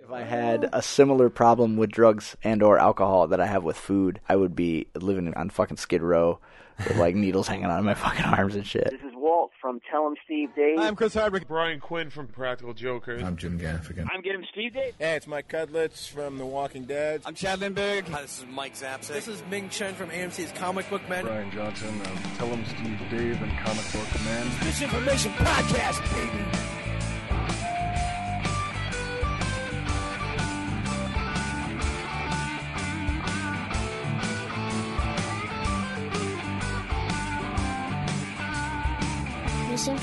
If I had a similar problem with drugs and or alcohol that I have with food, I would be living on fucking Skid Row with like needles hanging out of my fucking arms and shit. This is Walt from Tell 'em Steve Dave. I'm Chris Hardwick. Brian Quinn from Practical Jokers. I'm Jim Gaffigan. I'm getting Steve Dave. Hey, it's Mike Cudlitz from The Walking Dead. I'm Chad Lindberg. Hi, this is Mike Zapsik. This is Ming Chen from AMC's Comic Book Men. Brian Johnson of Tell 'em Steve Dave and Comic Book Men. Misinformation Podcast, baby.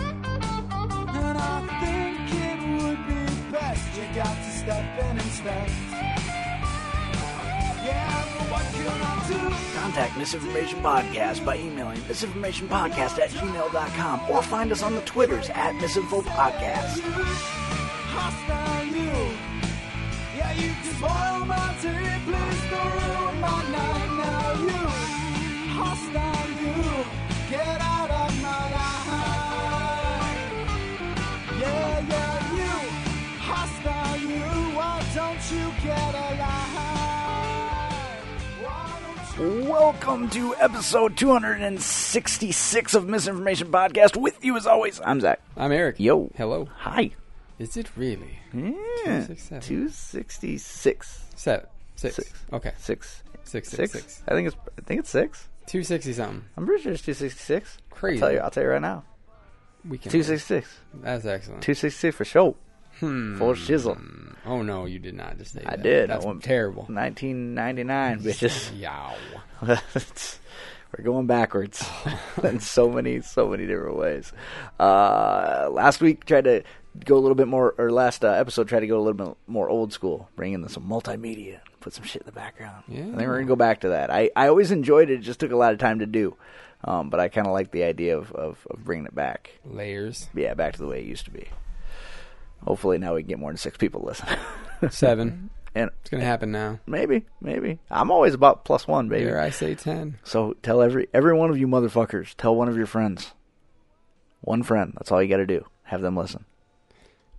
And I think it would be best you got to step in and inspect. Yeah, but what can I do? Contact Misinformation Podcast by emailing misinformationpodcast at gmail.com or find us on the Twitters at misinfopodcast. You hostile you. Yeah, you can spoil my day, please don't ruin my night. Now you hostile you. Get out of my life. Yeah, yeah, you hostile you. Why don't you get alive? Why don't you? Welcome to episode 266 of Misinformation Podcast. With you as always, I'm Zach. I'm Eric. Yo. Hello. Hi. Is it really? Yeah. 267. 266. Seven. Six. Six. Okay. Six. Six, Six? six, six. I think it's I think it's six. 260 something. I'm pretty sure it's 266. Crazy. I'll tell you. I'll tell you right now. We can. 266. That's excellent. 266 for sure. Hmm. Full shizzle. Oh no, you did not just say I that. did. That's I went terrible. 1999, bitches. Yow. We're going backwards in so many, so many different ways. Uh, last week tried to go a little bit more, or last uh, episode tried to go a little bit more old school, bring in some multimedia, put some shit in the background. I think we're gonna go back to that. I, I always enjoyed it. It just took a lot of time to do, um, but I kind of like the idea of, of of bringing it back. Layers. Yeah, back to the way it used to be. Hopefully now we can get more than six people listening. Seven. and It's gonna happen now. maybe, maybe I'm always about plus one, baby. Dare I say ten? So tell every every one of you motherfuckers, tell one of your friends. One friend. That's all you got to do. Have them listen.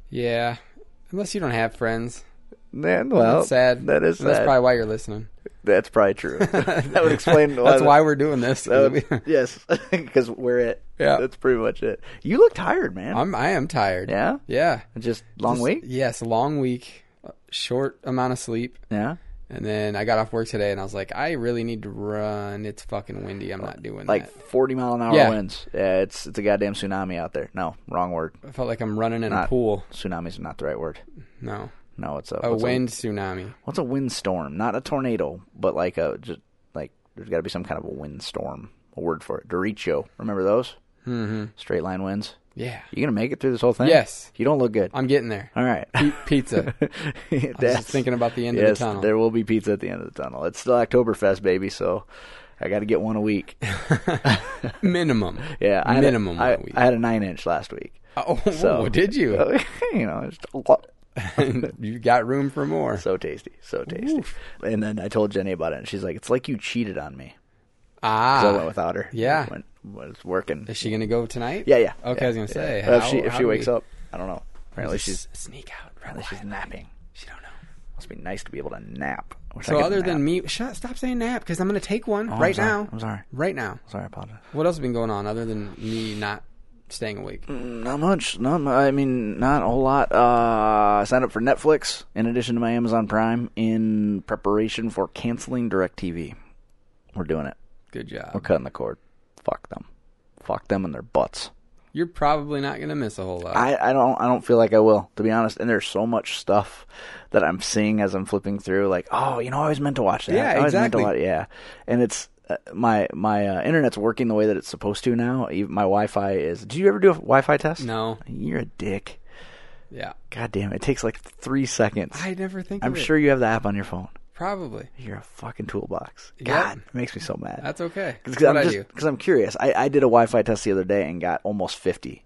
Yeah. Unless you don't have friends. Man, well, that's sad. That is And That's sad. probably why you're listening. That's probably true. that would explain. That's the- why we're doing this. that would- yes, because we're it. Yeah. that's pretty much it. You look tired, man. I'm. I am tired. yeah, Yeah. just long Just- week. Yes, long week. uh, Short amount of sleep. Yeah, And then I got off work today and I was like, I really need to run. It's fucking windy. I'm not doing like that. forty mile an hour Yeah. winds. Yeah, it's it's a goddamn tsunami out there. No, wrong word. I felt like I'm running in Not a pool. Tsunami's not the right word. No. No, it's a A what's wind tsunami. What's a windstorm? Not a tornado, but like a just like there's got to be some kind of a windstorm. A word for it. Derecho. Remember those? Mm-hmm. Straight line winds. Yeah. You gonna make it through this whole thing? Yes. You don't look good. I'm getting there. All right. Pe- pizza. That's- thinking about the end of the yes, tunnel. There will be pizza at the end of the tunnel. It's still Oktoberfest, baby. So I got to get one a week. Minimum. Yeah. I had a- Minimum I- one a week. I had a nine inch last week. oh, So did you? you know, it's a lot. you got room for more. so tasty, so tasty. And then I told Jenny about it, and she's like, "It's like you cheated on me." ah. 'Cause I went without her. yeah. went, was working. Is she going to go tonight? Yeah, yeah. Okay, yeah, I was going to yeah. say. Well, if how- she if how she do wakes we- up, I don't know. Apparently she's S- sneak out. apparently she's napping. She don't know. Must be nice to be able to nap. I wish I So could other nap. than me, shut, stop saying nap because I'm going to take one Oh, I'm right sorry. now. I'm sorry. Right now. Sorry, I apologize. What else has been going on other than me not staying awake? Not much. Not. mu- I mean, not a whole lot. Uh, I signed up for Netflix in addition to my Amazon Prime in preparation for canceling Directv. We're doing it. Good job. We're cutting the cord. Fuck them. Fuck them and their butts. You're probably not going to miss a whole lot. I, I don't I don't feel like I will to be honest. And there's so much stuff that I'm seeing as I'm flipping through. Like oh you know I always meant to watch that. Yeah, I always meant to exactly. watch- yeah, and it's uh, my my uh, internet's working the way that it's supposed to now. Even my Wi-Fi is. Do you ever do a Wi-Fi test? no. You're a dick. Yeah. God damn it! It takes like three seconds. I never think I'm of it. sure you have the app on your phone. Probably. You're a fucking toolbox. Yep. God, it makes me so mad. That's okay. That's Because I'm what I just do. because I'm curious. I, I did a Wi-Fi test the other day and got almost 50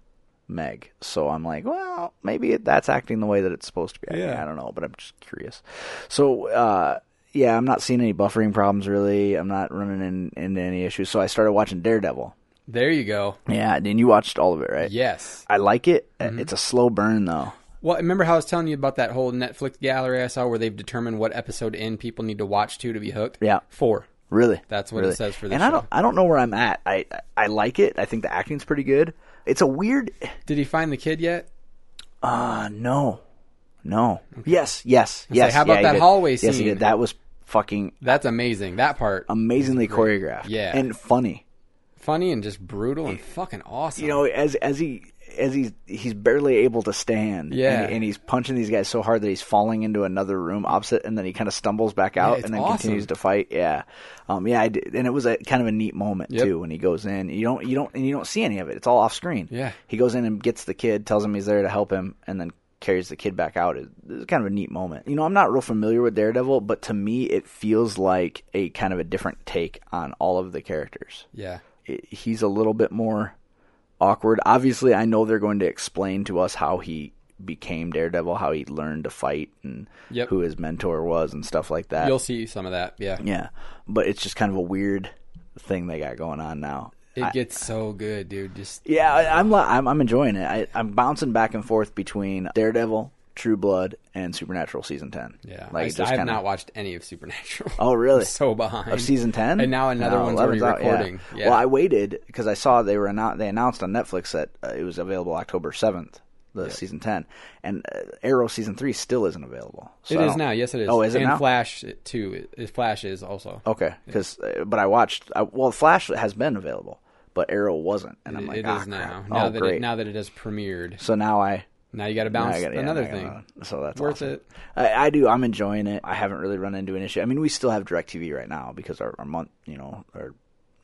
meg. So I'm like, well, maybe it, that's acting the way that it's supposed to be. acting. Yeah. I don't know, but I'm just curious. So uh, yeah, I'm not seeing any buffering problems really. I'm not running in, into any issues. So I started watching Daredevil. There you go. Yeah, and you watched all of it, right? Yes. I like it. Mm-hmm. It's a slow burn though. Well, remember how I was telling you about that whole Netflix gallery I saw where they've determined what episode in people need to watch to to be hooked? Yeah. Four. Really, That's what it really. says for this And I don't, show. I don't know where I'm at. I, I like it. I think the acting's pretty good. It's a weird. Did he find the kid yet? Uh, no, no. Yes, yes, yes. say, how about yeah, he that did. hallway yes, He scene? did. That was fucking That's amazing. That part. Um, amazingly choreographed. Yeah. and funny. Funny and just brutal and fucking awesome. You know, as as he as he's he's barely able to stand. Yeah. and, and he's punching these guys so hard that he's falling into another room opposite, and then he kind of stumbles back out it's and then awesome. continues to fight. Yeah, um, yeah. I did, and it was a kind of a neat moment Yep. too when he goes in. You don't you don't and you don't see any of it. It's all off screen. Yeah. he goes in and gets the kid, tells him he's there to help him, and then carries the kid back out. It- It's kind of a neat moment. You know, I'm not real familiar with Daredevil, but to me, it feels like a kind of a different take on all of the characters yeah. it- he's a little bit more awkward. Obviously, I know they're going to explain to us how he became Daredevil, how he learned to fight, and Yep. who his mentor was, and stuff like that. You'll see some of that. Yeah. Uh, yeah, but it's just kind of a weird thing they got going on now. It gets so good, dude. Just Yeah, I, I'm, li- I'm I'm enjoying it. I, I'm bouncing back and forth between Daredevil, True Blood, and Supernatural season ten. yeah. like I, it I just have kinda- not watched any of Supernatural. Oh, really? I'm so behind. of season ten, And now another No, one's 11's already out, yeah. recording. Yeah. Well, I waited because I saw they were annou- they announced on Netflix that uh, it was available October seventh, the season ten, and uh, Arrow season three still isn't available. So It I is don't- now. Yes, it is. Oh, is it and now? Oh, Flash it, too. It, Flash is also. Okay, because but I watched. I, well, Flash has been available, but Arrow wasn't, and It- I'm like, it "Ah, is now. crap. Now oh, that great. it, now that it has premiered, so now I now you got to now I bounce gotta- yeah, another now I gotta thing. run. So that's Worth awesome. it. I, I do. I'm enjoying it. I haven't really run into an issue. I mean, we still have DirecTV right now because our, our month, you know, our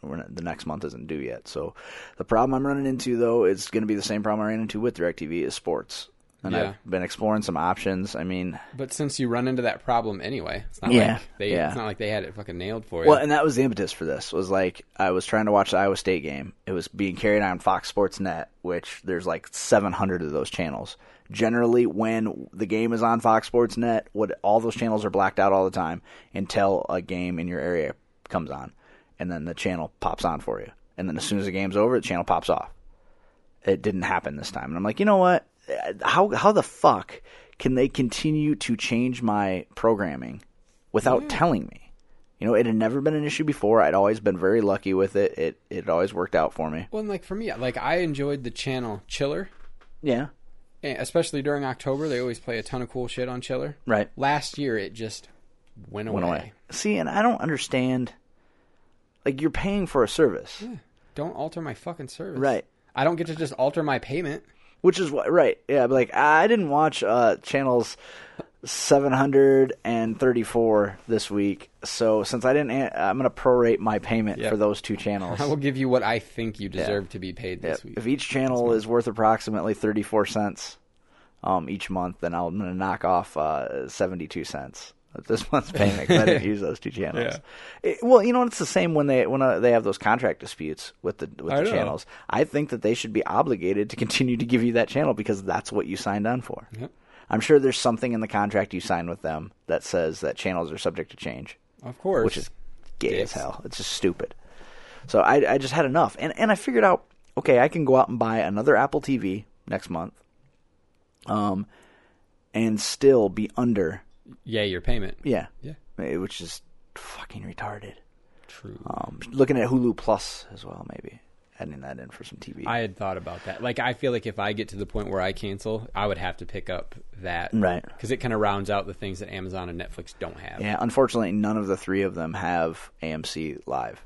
we're not, the next month isn't due yet. So the problem I'm running into though is going to be the same problem I ran into with DirecTV is sports. And Yeah. I've been exploring some options. I mean, But since you run into that problem anyway, it's not Yeah, like they yeah. it's not like they had it fucking nailed for you. well, and that was the impetus for this. Was like I was trying to watch the Iowa State game. It was being carried on Fox Sports Net, which there's like 700 of those channels. Generally, when the game is on Fox Sports Net, what all those channels are blacked out all the time until a game in your area comes on, and then the channel pops on for you. And then as soon as the game's over, the channel pops off it didn't happen this time. And I'm like, you know what? Uh, How how the fuck can they continue to change my programming without telling me? You know, it had never been an issue before. I'd always been very lucky with it. It it had always worked out for me. Well, and like for me, like I enjoyed the channel Chiller, Yeah. and especially during October. They always play a ton of cool shit on Chiller. Right. Last year, it just went away. Went away. See, and I don't understand like you're paying for a service. Don't alter my fucking service. Right. I don't get to just alter my payment. Which is what, right? Yeah, but like I didn't watch uh, channels seven hundred and thirty-four this week, so since I didn't, an- I'm gonna prorate my payment Yep. for those two channels. I will give you what I think you deserve to be paid Yeah, this week. If each channel is worth approximately 34 cents um, each month, then I'll- I'm going to knock off uh, 72 cents of this month's payment 'cause I didn't use those two channels. It- well, you know, it's the same when they when uh, they have those contract disputes with the with I the know. channels. I think that they should be obligated to continue to give you that channel because that's what you signed on for. Yep. I'm sure there's something in the contract you sign with them that says that channels are subject to change Of course. which is gay Dicks. as hell. It's just stupid. So I, I just had enough, and and I figured out okay, I can go out and buy another Apple TV next month, um, and still be under yeah, your payment. yeah Yeah. Eh, which is fucking retarded. True. Um, looking at Hulu Plus as well, maybe adding that in for some TV. I had thought about that. Like, I feel like if I get to the point where I cancel, I would have to pick up that. Right. Because it kind of rounds out the things that Amazon and Netflix don't have. yeah, unfortunately, none of the three of them have AMC Live.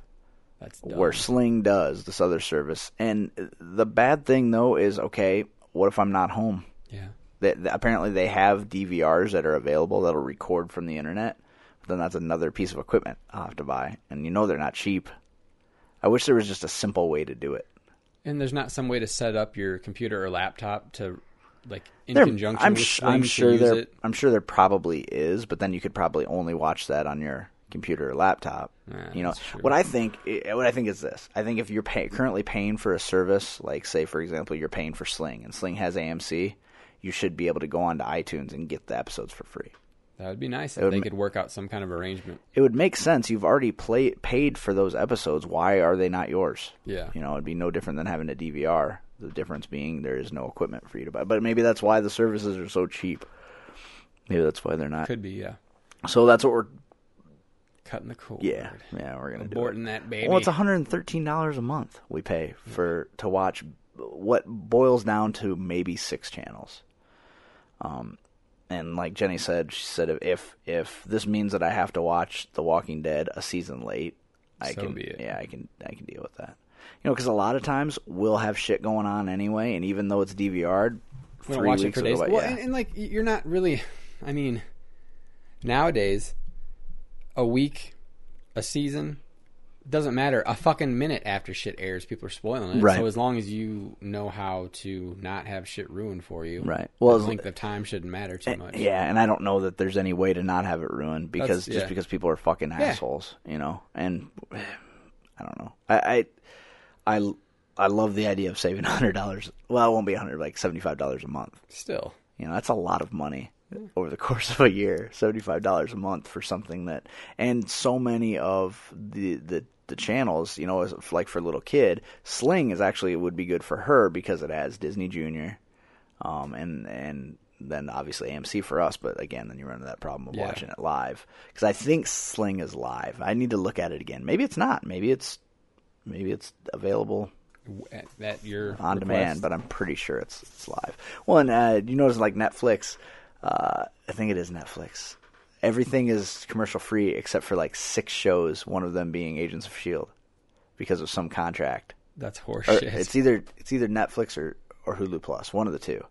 That's dumb. where Sling does this other service, and the bad thing though is okay. What if I'm not home? Yeah. that, that- apparently they have DVRs that are available that'll record from the internet. But then that's another piece of equipment I'll have to buy, and you know they're not cheap. I wish there was just a simple way to do it. And there's not some way to set up your computer or laptop to like in There- conjunction I'm, with sh- Swing I'm to sure use there. it? I'm sure there probably is, but then you could probably only watch that on your computer or laptop. Yeah, you know that's true. what I think. eh, What I think is this. I think if you're pay- currently paying for a service, like say for example, you're paying for Sling, and Sling has AMC, you should be able to go onto iTunes and get the episodes for free. That would be nice would if they ma- could work out some kind of arrangement. It would make sense. You've already play- paid for those episodes. Why are they not yours? Yeah. you know, it'd be no different than having a DVR. The difference being there is no equipment for you to buy. But maybe that's why the services are so cheap. Maybe that's why they're not. Could be, yeah. So that's what we're Cutting the cord. yeah yeah we're gonna do Aborting it. that baby. Well, it's one hundred and thirteen dollars a month we pay for to watch what boils down to maybe six channels. Um, and like Jenny said, she said if if this means that I have to watch The Walking Dead a season late, I So can be it. yeah I can I can deal with that. You know, because a lot of times we'll have shit going on anyway, and even though it's DVR'd, We three don't watch it weeks for will days. go by- well, yeah. and, and like y- you're not really. I mean, nowadays, a week, a season, doesn't matter. A fucking minute after shit airs, people are spoiling it. Right. So as long as you know how to not have shit ruined for you, Right. Well, I as- think the time shouldn't matter too much. Yeah, and I don't know that there's any way to not have it ruined because yeah. just because people are fucking assholes, you know. And I don't know. I I I, I love the idea of saving hundred dollars. Well, it won't be hundred, like seventy five dollars a month. Still, You know, that's a lot of money over the course of a year. Seventy five dollars a month for something that, and so many of the the the channels, you know, is like for a little kid, Sling is actually it would be good for her because it has Disney Junior, um, and and then obviously AMC for us. But again, then you run into that problem of Yeah. watching it live because I think Sling is live. I need to look at it again. Maybe it's not. Maybe it's maybe it's available w- at, at your on demand, request. but I'm pretty sure it's it's live. Well, and uh, you notice like Netflix, uh, I think it is Netflix. Everything is commercial free except for like six shows. One of them being Agents of Shield, E because of some contract. that's Or horseshit. er, it's either it's either Netflix or or Hulu Plus, one of the two.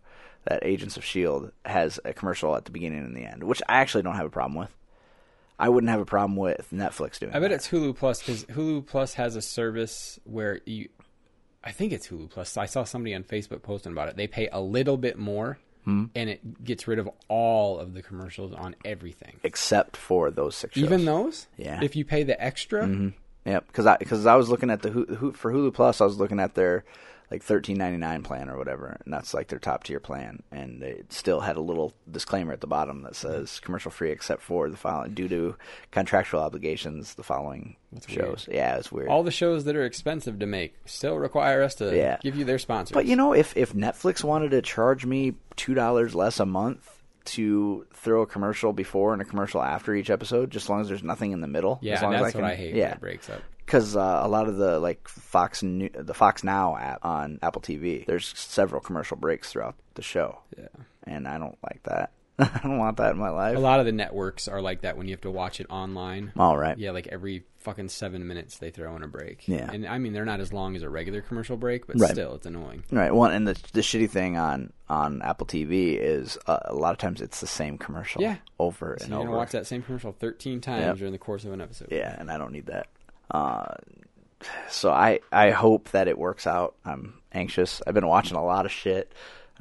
That Agents of Shield E has a commercial at the beginning and the end, which I actually don't have a problem with. I wouldn't have a problem with Netflix doing. I bet that. it's Hulu Plus because Hulu Plus has a service where you. I think it's Hulu Plus. I saw somebody on Facebook posting about it. They pay a little bit more, Hmm. and it gets rid of all of the commercials on everything, except for those six. Shows. even those. Yeah. Mm-hmm. If you pay the extra, Yep, because I because I was looking at the Hu- Hu- for Hulu Plus, I was looking at their like thirteen ninety nine plan or whatever, and that's like their top tier plan, and it still had a little disclaimer at the bottom that Mm-hmm. says commercial free except for the following due to contractual obligations, the following shows. Yeah, it's weird. all the shows that are expensive to make still require us to Yeah. give you their sponsors. but you know, if if Netflix wanted to charge me two dollars less a month. To throw a commercial before and a commercial after each episode, just as long as there's nothing in the middle. yeah, as long that's as what can- I hate. when Yeah, it breaks up. because uh, a lot of the like Fox New- the Fox Now app on Apple TV, there's several commercial breaks throughout the show. Yeah, and I don't like that. I don't want that in my life. A lot of the networks are like that when you have to watch it online. All right. Yeah, like every fucking seven minutes they throw in a break. Yeah. And I mean, they're not as long as a regular commercial break, but Right. still, it's annoying. Right. Well, and the the shitty thing on on Apple TV is uh, a lot of times it's the same commercial Yeah. over So and you're over. gonna watch that same commercial 13 times Yep. during the course of an episode. Yeah, and I don't need that. Uh, so I I hope that it works out. I'm anxious. I've been watching a lot of shit.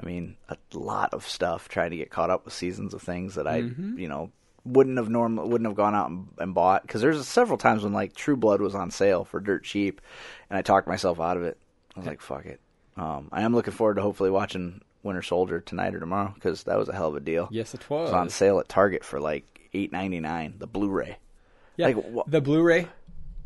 I mean, a lot of stuff trying to get caught up with seasons of things that I you know wouldn't have normal wouldn't have gone out and, and bought because there's several times when like True Blood was on sale for dirt cheap, and I talked myself out of it. I was like, fuck it. Um, I am looking forward to hopefully watching Winter Soldier tonight or tomorrow because that was a hell of a deal. Yes, it It was. was on sale at Target for like eight ninety nine. The Blu-ray. Yeah, Like, wha- the Blu-ray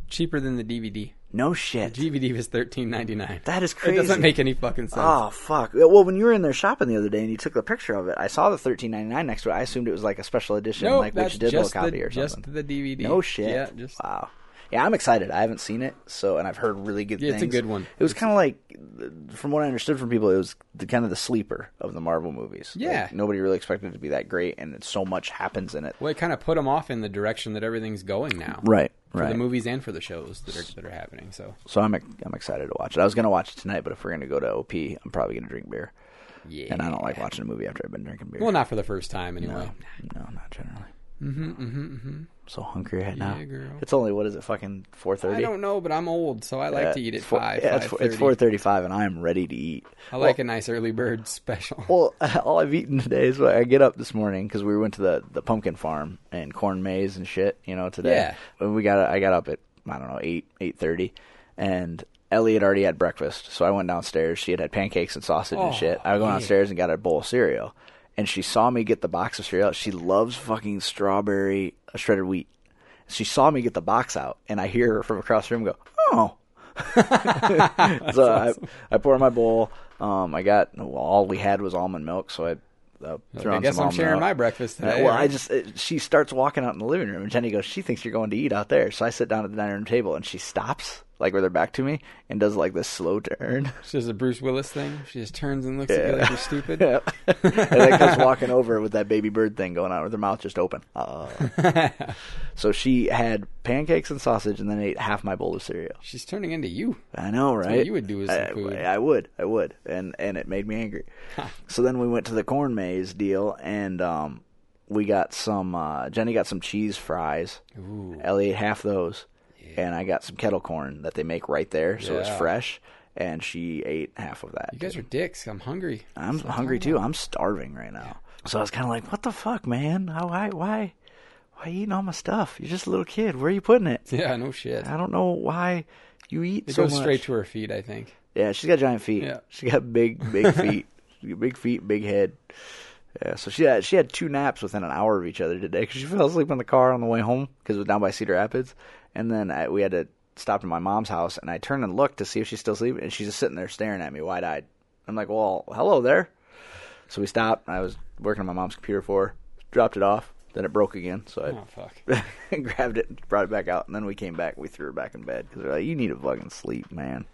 cheaper than the DVD. No shit. DVD was 13.99. That is It doesn't crazy. make any fucking sense. Oh fuck! Well, when you were in there shopping the other day and you took a picture of it, I saw the thirteen ninety nine next to it. I assumed it was like a special edition, no, like that's which digital just copy the, or something. Just the DVD. No shit! Yeah, just wow. Yeah, I'm excited. I haven't seen it, so and I've heard really good Yeah, things. it's a good one. It was kind of like, from what I understood from people, it was the kind of the sleeper of the Marvel movies. Like, Yeah. nobody really expected it to be that great, and it- so much happens in it. well, it kind of put them off in the direction that everything's going now. Right, For right. the movies and for the shows that are that are happening. So So I'm I'm excited to watch it. I was gonna watch it tonight, but if we're gonna go to OP, I'm probably gonna drink beer, yeah. and I don't like watching a movie after I've been drinking beer. Well, not for the first time anyway. Mm-hmm, No, not generally. So hungry right now. Yeah, girl. It's only what is it? Fucking four thirty. I don't know, but I'm old, so I like to eat at it's four, five. yeah, it's four- it's 5:30. four thirty-five, and I am ready to eat. I like a nice early bird special. Well, all I've eaten today is what I get up this morning because we went to the, the pumpkin farm and corn maze and shit. You know, today. Yeah. And we got I got up at I don't know eight eight thirty, and Ellie had already had breakfast, so I went downstairs. She had had pancakes and sausage and shit. I went downstairs and got a bowl of cereal, and she saw me get the box of cereal. She loves fucking strawberry uh, shredded wheat. She saw me get the box out, and I hear her from across the room go, "Oh." so I, I pour my bowl. Um, I got well, all we had was almond milk, so I uh, threw I on guess some I'm almond sharing milk. my breakfast Uh, today, well, I right? just it, she starts walking out in the living room, and Jenny goes, "She thinks you're going to eat out there." So I sit down at the dining room table, and she stops like with her back to me and does like this slow turn. She does a Bruce Willis thing. She just turns and looks at you like you're stupid. Yeah. and then comes walking over with that baby bird thing going on with her mouth just open. Uh. so she had pancakes and sausage, and then ate half my bowl of cereal. She's turning into you. I know, right? what you would do with some I, food. I would, I would, and and it made me angry. so then we went to the corn maze deal, and um, we got some. Uh, Jenny got some cheese fries. Ellie ate half those, and I got some kettle corn that they make right there, so it's Yeah. fresh. And she ate half of that. You guys are dicks. I'm hungry. I'm hungry too. I'm starving right now. So I was kind of like, "What the fuck, man? How? Why? Why? Why you eating all my stuff? You're just a little kid. Where are you putting it? Yeah, no shit. I don't know why you eat It so goes much." straight to her feet, I think. Yeah, she's got giant feet. Yeah. She got big, big feet. She got big feet, big head. Yeah, so she had she had two naps within an hour of each other today because she fell asleep in the car on the way home because it was down by Cedar Rapids, and then I, we had to stop at my mom's house, and I turned and looked to see if she's still sleeping, and she's just sitting there staring at me wide eyed. I'm like, "Well, hello there." So we stopped. and I was working on my mom's computer for her, dropped it off. Then it broke again, so I Oh, fuck. grabbed it, and brought it back out, and then we came back. and We threw her back in bed because we're like, "You need to fucking sleep, man."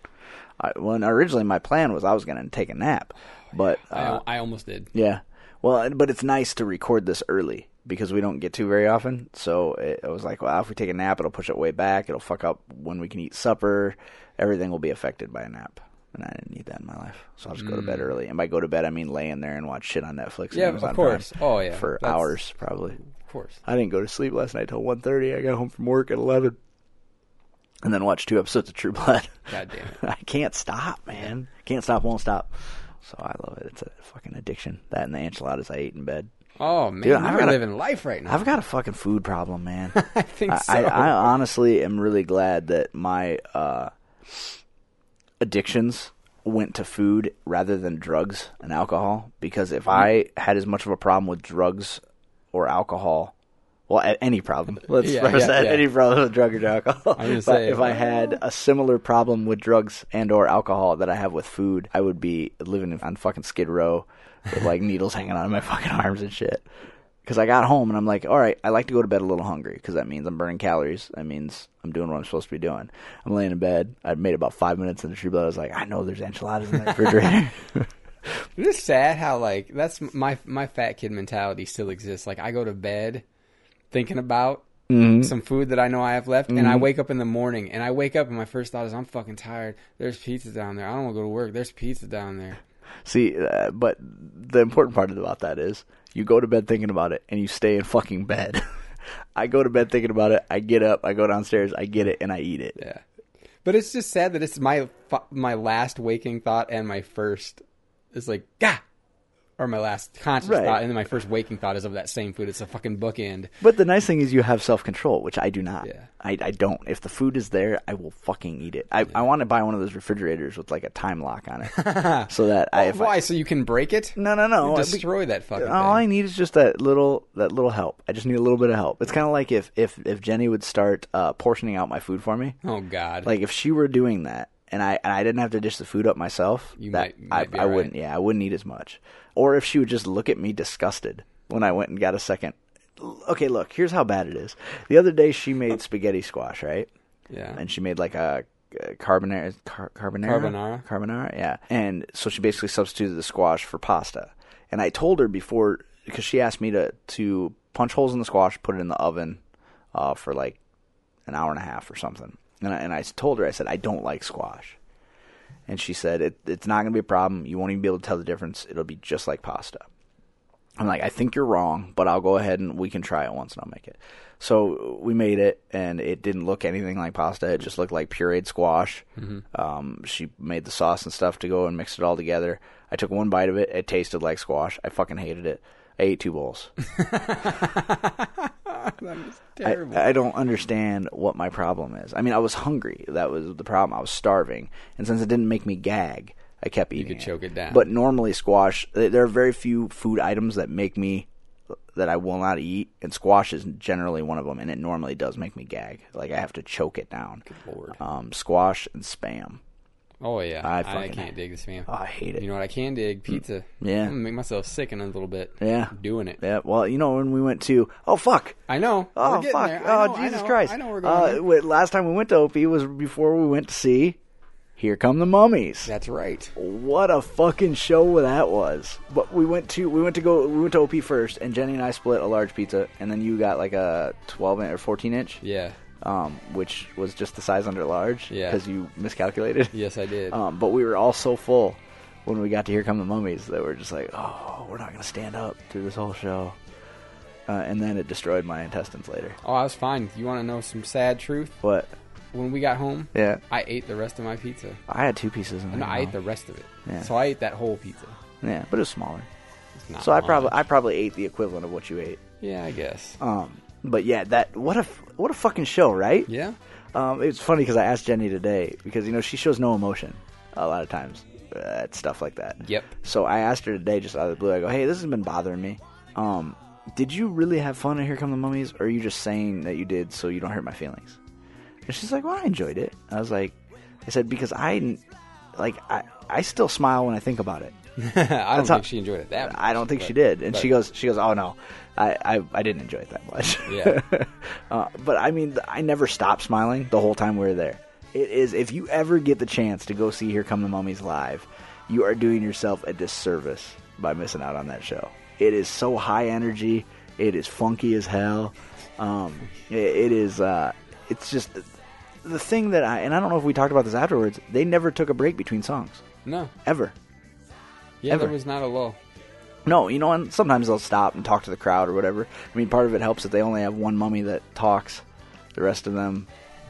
I, when originally my plan was I was going to take a nap, but uh, I, I almost did. yeah, well, and- but it's nice to record this early because we don't get to very often. So it, I was like, well, if we take a nap, it'll push it way back. It'll fuck up when we can eat supper. Everything will be affected by a nap. And I didn't need that in my life, so I'll just go to bed early. And by go to bed, I mean lay in there and watch shit on Netflix. and Mm. Yeah, Amazon of course. Prime Oh, yeah. for That's- hours probably. Of course. I didn't go to sleep last night till 1.30. I got home from work at 11 and then watched two episodes of True Blood. God damn it. I can't stop, man. Can't stop, won't stop. So I love it. It's a fucking addiction. That and the enchiladas I ate in bed. Oh, man. Dude, I've we're got a- living life right now. I've got a fucking food problem, man. I think I, so. I, I honestly am really glad that my uh, addictions went to food rather than drugs and alcohol because if I Mm-hmm. had as much of a problem with drugs or alcohol, well, a- any problem, let's Yeah, preface yeah, that, yeah. any problem with drug or alcohol. I was gonna But say- uh, if I had a similar problem with drugs and or alcohol that I have with food, I would be living on fucking Skid Row with like needles hanging out of my fucking arms and shit. Because I got home and I'm like, all right, I like to go to bed a little hungry because that means I'm burning calories. That means I'm doing what I'm supposed to be doing. I'm laying in bed. I'd made about five minutes in the tree blood. I was like, I know there's enchiladas in the refrigerator. It is sad how like that's my my fat kid mentality still exists. Like I go to bed thinking about Mm-hmm. some food that I know I have left, and I wake up in the morning and I wake up and my first thought is I'm fucking tired. There's pizza down there. I don't want to go to work. There's pizza down there. See, uh, but the important part about that is you go to bed thinking about it and you stay in fucking bed. I go to bed thinking about it. I get up. I go downstairs. I get it and I eat it. Yeah, but it's just sad that it's my fu- my last waking thought and my first is like gah. Or my last conscious Right. thought, and then my first waking thought is of that same food. It's a fucking bookend. But the nice thing is you have self control, which I do not. Yeah. I, I don't. If the food is there, I will fucking eat it. I, I want to buy one of those refrigerators with like a time lock on it, so that I if I- Why? So you can break it? No, no, no. You I- destroy that fucking All I thing. need is just that little that little help. I just need a little bit of help. It's kind of like if if if Jenny would start uh, portioning out my food for me. Oh God! Like if she were doing that, and I and I didn't have to dish the food up myself, You that might- might I, be I all right. wouldn't. Yeah, I wouldn't eat as much. Or if she would just look at me disgusted when I went and got a second. Okay, look. Here's how bad it is. The other day she made spaghetti squash, right? yeah. and she made like a uh, carbonara, car- carbonara, Carbonara. carbonara, yeah. And so she basically substituted the squash for pasta. And I told her before because she asked me to to punch holes in the squash, put it in the oven uh, for like an hour and a half or something. And I, and I told her I said I don't like squash, and she said it, it's not going to be a problem. You won't even be able to tell the difference. It'll be just like pasta. I'm like, I think you're wrong, but I'll go ahead and we can try it once and I'll make it. So we made it, and it didn't look anything like pasta. It just looked like pureed squash. Um, she made the sauce and stuff to go and mixed it all together. I took one bite of it. It tasted like squash. I fucking hated it. I ate two bowls. I, Terrible. I don't understand what my problem is. I mean, I was hungry. That was the problem. I was starving, and since it didn't make me gag, I kept eating. could choke it down. But normally, squash. th- There are very few food items that make me that I will not eat, and squash is generally one of them. And it normally does make me gag. Like I have to choke it down. Good lord. Um, squash and spam. oh yeah, I I, fucking- can't dig this man. Oh, I hate it. You know what I can dig? Pizza. Yeah. I'm gonna make myself sick in a little bit. Yeah. Doing it. Yeah. Well, you know when we went to oh fuck. I know. We're Oh getting fuck! there. I Oh know, I Jesus know, Christ! I know we're Uh, going. there. wait, last time we went to Opie was before we went to see "Here Come the Mummies." That's right. What a fucking show that was! But we went to we went to go we went to Opie first, and Jenny and I split a large pizza, and then you got like a twelve inch or fourteen inch, Yeah. um, which was just the size under large, Yeah. because you miscalculated. Yes, I did. Um, but we were all so full when we got to Here Come the Mummies that we're just like, oh, we're not going to stand up through this whole show. Uh, and then it destroyed my intestines later. oh, I was fine. You want to know some sad truth? But When we got home, yeah, I ate the rest of my pizza. I had two pieces. In No, there, I ate though. the rest of it. Yeah. So I ate that whole pizza. yeah, but it was smaller. It's not So I mine. probably I probably ate the equivalent of what you ate. Yeah, I guess. Um, but yeah, that what a f- what a fucking show, right? yeah. Um, it's funny because I asked Jenny today because you know she shows no emotion a lot of times uh, at stuff like that. Yep. So I asked her today, just out of the blue. I go, "Hey, this has been bothering me. Um, did you really have fun at Here Come the Mummies, or are you just saying that you did so you don't hurt my feelings?" And she's like, "Well, I enjoyed it." I was like, "I said because I, like, I, I still smile when I think about it." I don't how- think she enjoyed it that much. I don't think she but- did. And she but- goes, she goes, oh no, I, I, I didn't enjoy it that much. Yeah. uh, but I mean, th- I never stopped smiling the whole time we were there. It is if you ever get the chance to go see Here Come the Mummies live, you are doing yourself a disservice by missing out on that show. It is so high energy. It is funky as hell. Um, it, it is. Uh, it's just the thing that I and I don't know if we talked about this afterwards. They never took a break between songs No. ever. Yeah, Ever. there was not a lull. No, you know, and sometimes they'll stop and talk to the crowd or whatever. I mean, part of it helps that they only have one mummy that talks. The rest of them,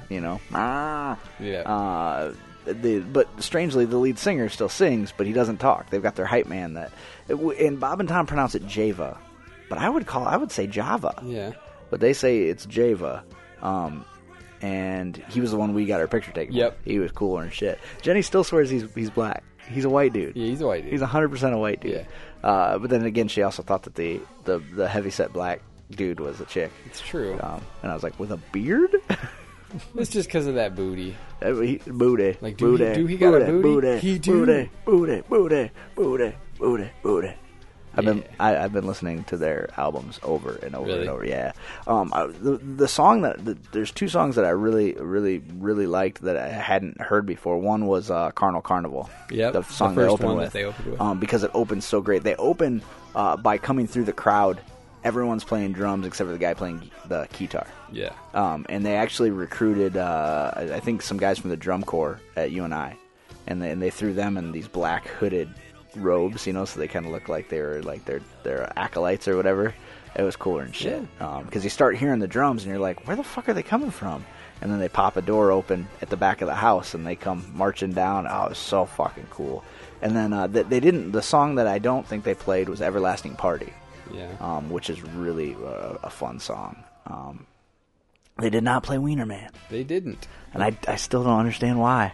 you know, ah. Yeah. Uh, the, but strangely, the lead singer still sings, but he doesn't talk. They've got their hype man that, and Bob and Tom pronounce it Java, but I would call I would say Java yeah. but they say it's Java. Um, and he was the one we got our picture taken. Yep. with. he was cooler and shit. Jenny still swears he's he's black. He's a white dude. Yeah, he's a white dude. He's hundred percent a white dude. Uh, but then again, she also thought that the the the heavy set black dude was a chick. It's true. Um, and I was like, with a beard, It's just because of that booty. He- booty, Like, do he- booty, do he got a booty, booty? booty, He do. booty, booty, booty, booty, booty, booty. I've been Yeah. I, I've been listening to their albums over and over Really? and over. Yeah, um, I, the the song that the, there's two songs that I really really really liked that I hadn't heard before. One was uh, "Carnal Carnival." Yep, the the song they first opened one that with, they opened with. Um, because it opens so great. They open uh, by coming through the crowd. Everyone's playing drums except for the guy playing the guitar. Yeah. Um, and they actually recruited, uh, I I think, some guys from the drum corps at UNI, and they, and they threw them in these black hooded robes, you know, so they kind of look like they were like their their acolytes or whatever. It was cooler and shit because you start hearing the drums and you're like, where the fuck are they coming from? And then they pop a door open at the back of the house and they come marching down. Oh, it was so fucking cool. And then uh, they, they didn't. The song that I don't think they played was "Everlasting Party," Yeah. um, which is really uh, a fun song. Um, they did not play Wiener Man, they didn't. and I, I still don't understand why.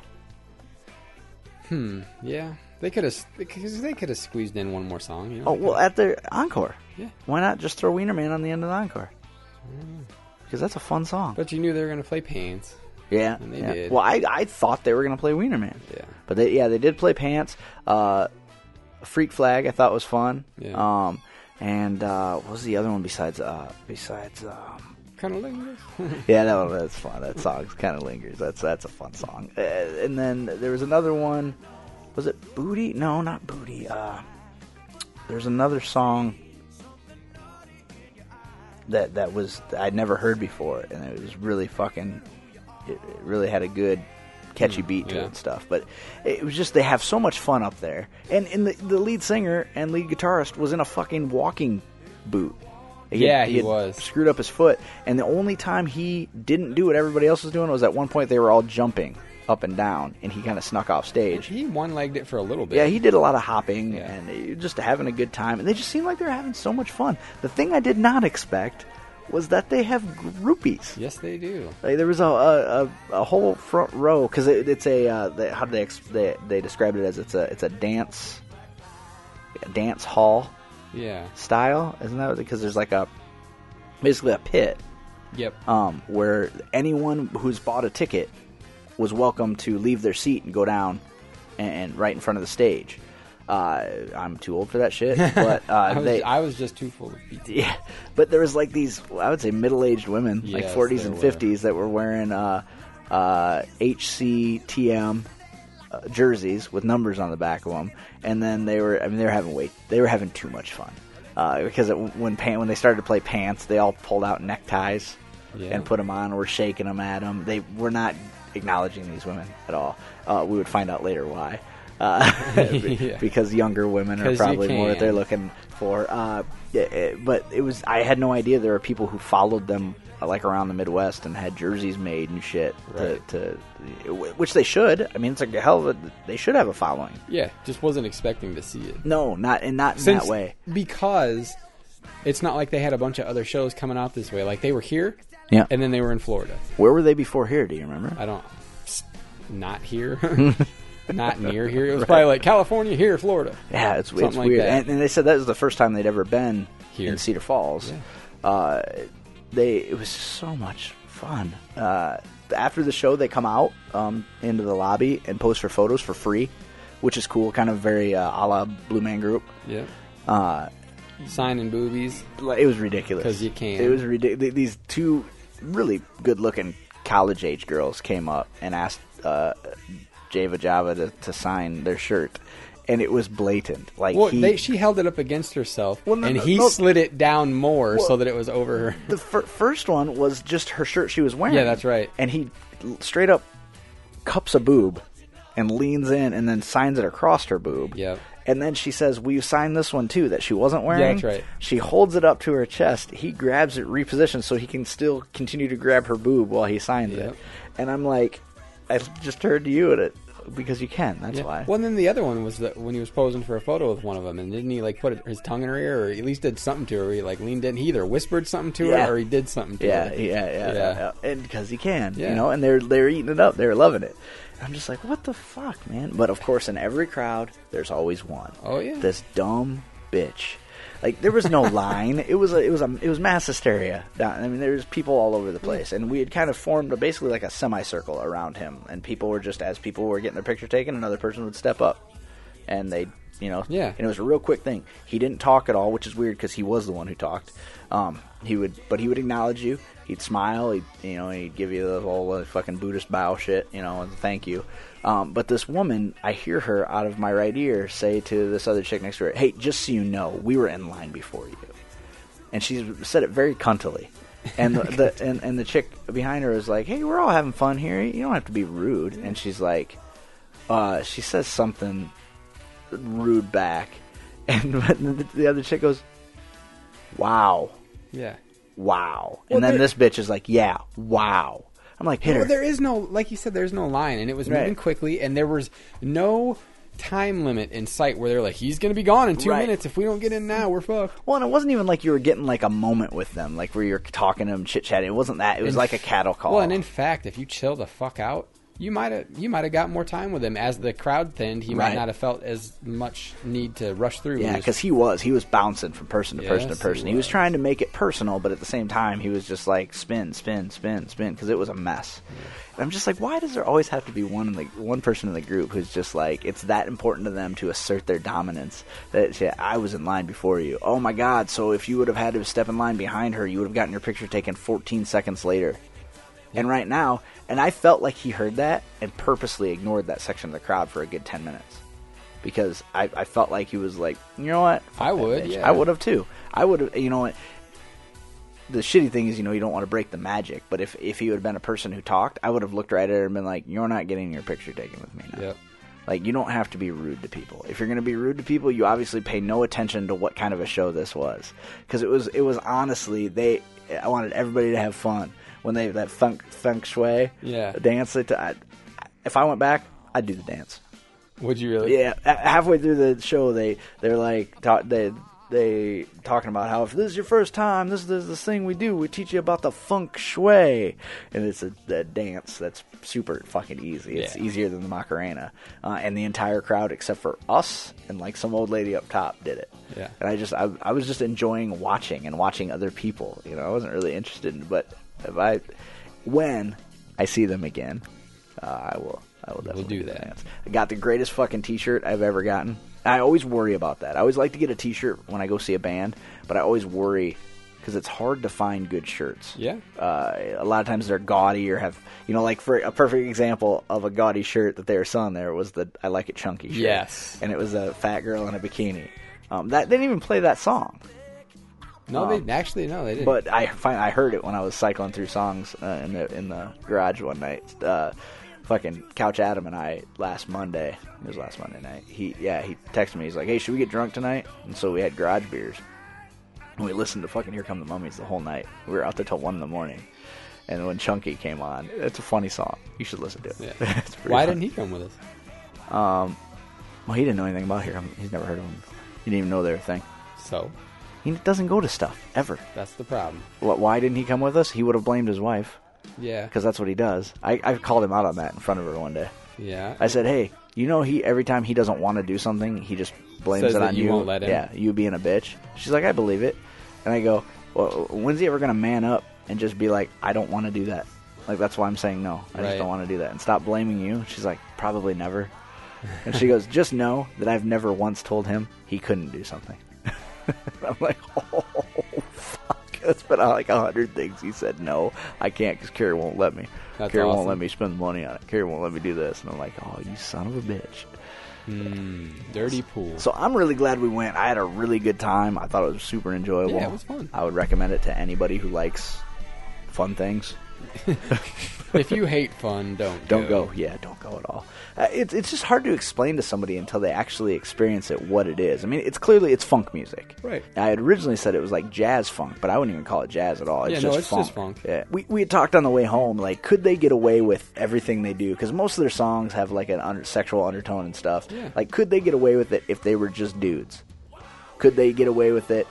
Yeah. They could have because they could have squeezed in one more song. You know? Oh well, at their encore, Yeah. Mm. why not just throw Wiener Man on the end of the encore? Because that's a fun song. But you knew they were gonna play Pants. yeah, and they yeah. did. Well, I, I thought they were gonna play Wiener Man. Yeah. but they yeah they did play Pants. Uh, Freak Flag I thought was fun. Yeah. Um, and uh, what was the other one besides uh besides um Kind of like Yeah, that one, that's fun. That song kind of lingers. That's that's a fun song. Uh, and then there was another one. Was it Booty? No, not Booty. Uh, there's another song that that was I'd never heard before, and it was really fucking. It, it really had a good catchy beat to it Mm, Yeah. and stuff. But it was just they have so much fun up there, and and the, the lead singer and lead guitarist was in a fucking walking boot. had- Yeah, he had was. screwed up his foot, and the only time he didn't do what everybody else was doing was at one point they were all jumping up and down, and he kind of snuck off stage. He one legged it for a little bit. Yeah, he did a lot of hopping Yeah. and uh, just having a good time. And they just seemed like they were having so much fun. The thing I did not expect was that they have groupies. Yes, they do. Like, there was a, a, a, a whole front row because it, it's a uh, they, how do they, ex- they they described it as it's a it's a dance a dance hall Yeah. style, isn't that? Because there's like a basically a pit Yep. um, where anyone who's bought a ticket was welcome to leave their seat and go down and, and right in front of the stage. Uh, I'm too old for that shit, but uh, I, was, they. I was just too full of beats. yeah, but there was like these, I would say, middle-aged women, like Yes, 40s there and were. 50s, that were wearing uh, uh, HCTM uh, jerseys with numbers on the back of them, and then they were, I mean, they were having way, they were having too much fun uh, because it, when pan, when they started to play pants, they all pulled out neckties Yeah. and put them on. We're shaking them at them. They were not acknowledging these women at all. Uh, we would find out later why. Uh, Yeah. Because younger women are 'Cause you probably more what they're can. looking for. Uh, yeah, eh, but it was I had no idea there were people who followed them uh, like around the Midwest and had jerseys made and shit. Right. To, to which they should. I mean, it's like a hell of a. They should have a following. Yeah, just wasn't expecting to see it. No, not and not in that way. Because it's not like they had a bunch of other shows coming out this way. Like they were here, Yeah. and then they were in Florida. Where were they before here? Do you remember? I don't, not here, not near here. It was probably like California, here, Florida. Yeah, it's, it's Something like weird. that. And, and they said that was the first time they'd ever been Here. in Cedar Falls. Uh, they it was so much fun. Uh, after the show, they come out um, into the lobby and pose for photos for free, which is cool. Kind of very uh, a la Blue Man Group. Yeah, Uh, signing boobies. like, it was ridiculous 'Cause you can. It was ridiculous. These two really good-looking college-age girls came up and asked uh, Java Java to, to sign their shirt, and it was blatant. Like Well, he, they, she held it up against herself, Well, no, and no, he no. slid it down more so that it was over her. the fir- first one was just her shirt she was wearing. Yeah, that's right. And he l- straight up cups a boob and leans in and then signs it across her boob. Yep. And then she says, "Will you sign this one too?" That she wasn't wearing. that's right. She holds it up to her chest. He grabs it, repositions so he can still continue to grab her boob while he signs Yep. it. And I'm like, I just turned to you at it because you can. That's Yeah. why. Well, and then the other one was that when he was posing for a photo with one of them, and didn't he like put his tongue in her ear, or at least did something to her? He like leaned in, he either whispered something to Yeah. her, or he did something to Yeah, her. yeah, yeah, yeah. And because he can, you Yeah. know, and they're they're eating it up, they're loving it. I'm just like, what the fuck, man? But of course, in every crowd, there's always one. Oh, yeah. this dumb bitch. Like there was no line. It was a, it was a, it was mass hysteria. Down- I mean, there was people all over the place, and we had kind of formed a, basically like a semicircle around him, and people were just as people were getting their picture taken, another person would step up, and they, you know, Yeah. and it was a real quick thing. He didn't talk at all, which is weird because he was the one who talked. Um, he would, but he would acknowledge you. He'd smile. He'd, you know, he'd give you the whole uh, fucking Buddhist bow shit, you know, and thank you. Um, but this woman, I hear her out of my right ear say to this other chick next to her, "Hey, just so you know, we were in line before you." And she said it very cuntily. And the, the and, and the chick behind her is like, "Hey, we're all having fun here. You don't have to be rude." And she's like, uh, she says something rude back. And the, the other chick goes, "Wow, yeah. wow!" Well, and then there- this bitch is like, "Yeah, wow." I'm like, "Hit her." Well, there is no, like you said, there's no line, and it was moving Right. quickly, and there was no time limit in sight where they're like, he's going to be gone in two Right. minutes. If we don't get in now, we're fucked. well, and it wasn't even like you were getting like a moment with them, like where you're talking to them, chit chatting. It wasn't that. It was In like a f- cattle call. Well, and in fact, if you chill the fuck out, you might have you might have got more time with him. As the crowd thinned, he Right. might not have felt as much need to rush through. when yeah, he was because he was he was bouncing from person to person to Yes, he person. He was was. trying to make it personal, but at the same time, he was just like spin, spin, spin, spin, because it was a mess. And I'm just like, why does there always have to be one in the one person in the group who's just like it's that important to them to assert their dominance that shit, I was in line before you. Oh my god! So if you would have had to step in line behind her, you would have gotten your picture taken 14 seconds later. And right now, and I felt like he heard that and purposely ignored that section of the crowd for a good 10 minutes. Because I, I felt like he was like, you know what? Fuck I that would, bitch. yeah. I would have too. I would have, you know what? the shitty thing is, you know, you don't want to break the magic. But if if he would have been a person who talked, I would have looked right at her and been like, "You're not getting your picture taken with me now." Yep. Like you don't have to be rude to people. If you're going to be rude to people, you obviously pay no attention to what kind of a show this was because it was it was honestly they I wanted everybody to have fun when they that funk feng shui Yeah. dance they t- I, if I went back, I'd do the dance. Would you really? Yeah, a- halfway through the show, they they're like ta they they talking about how if this is your first time, this is this thing we do. We teach you about the funk shui, and it's a, a dance that's super fucking easy. It's Yeah. easier than the Macarena, uh, and the entire crowd except for us and like some old lady up top did it. Yeah. and I just I, I was just enjoying watching and watching other people. You know, I wasn't really interested, in, but if I when I see them again, uh, I will. I will definitely do the that. dance. I got the greatest fucking t-shirt I've ever gotten. I always worry about that. I always like to get a t-shirt when I go see a band, but I always worry because it's hard to find good shirts. Yeah. Uh, a lot of times they're gaudy or have you know like for a perfect example of a gaudy shirt that they were selling there was the I like it chunky shirt. Yes. And it was a fat girl in a bikini. Um, that they didn't even play that song, No, they actually no, they didn't. Um, but I find I heard it when I was cycling through songs uh, in the in the garage one night. Uh, fucking couch Adam and I last Monday. It was last Monday night. He yeah he texted me. He's like, hey, should we get drunk tonight? And so we had garage beers. And we listened to fucking Here Come the Mummies the whole night. We were out there till one in the morning. And when Chunky came on, it's a funny song. You should listen to it. Yeah. It's pretty why fun. didn't he come with us? Well, he didn't know anything about Here Come. He's never heard of them. He didn't even know their thing. So He doesn't go to stuff ever. that's the problem. Wh- Why didn't he come with us? He would have blamed his wife. Yeah. because that's what he does. I, I called him out on that in front of her one day. yeah. I said, "Hey, you know he every time he doesn't want to do something, he just blames Says it that on you won't let him. Yeah, you being a bitch." She's like, "I believe it," and I go, well, "When's he ever gonna man up and just be like, I don't want to do that? Like that's why I'm saying no. I just Right. don't want to do that and stop blaming you." She's like, "Probably never." And she goes, "Just know that I've never once told him he couldn't do something." I'm like, "Oh." fuck. That's been uh, like a hundred things. He said no, I can't because Carrie won't let me. That's Carrie won't awesome. let me spend the money on it. Carrie won't let me do this. And I'm like, oh, you son of a bitch. Dirty pool. So I'm really glad we went. I had a really good time. I thought it was super enjoyable. Yeah, it was fun. I would recommend it to anybody who likes fun things. if you hate fun, don't Don't go. Yeah, don't go at all. Uh, it's it's just hard to explain to somebody until they actually experience it what it is. I mean, it's clearly it's funk music. Right. I had originally said it was like jazz funk, but I wouldn't even call it jazz at all. It's Yeah, no, just it's funk. just funk. Yeah. We we had talked on the way home like could they get away with everything they do because most of their songs have like an under, sexual undertone and stuff. Yeah. Like could they get away with it if they were just dudes? Could they get away with it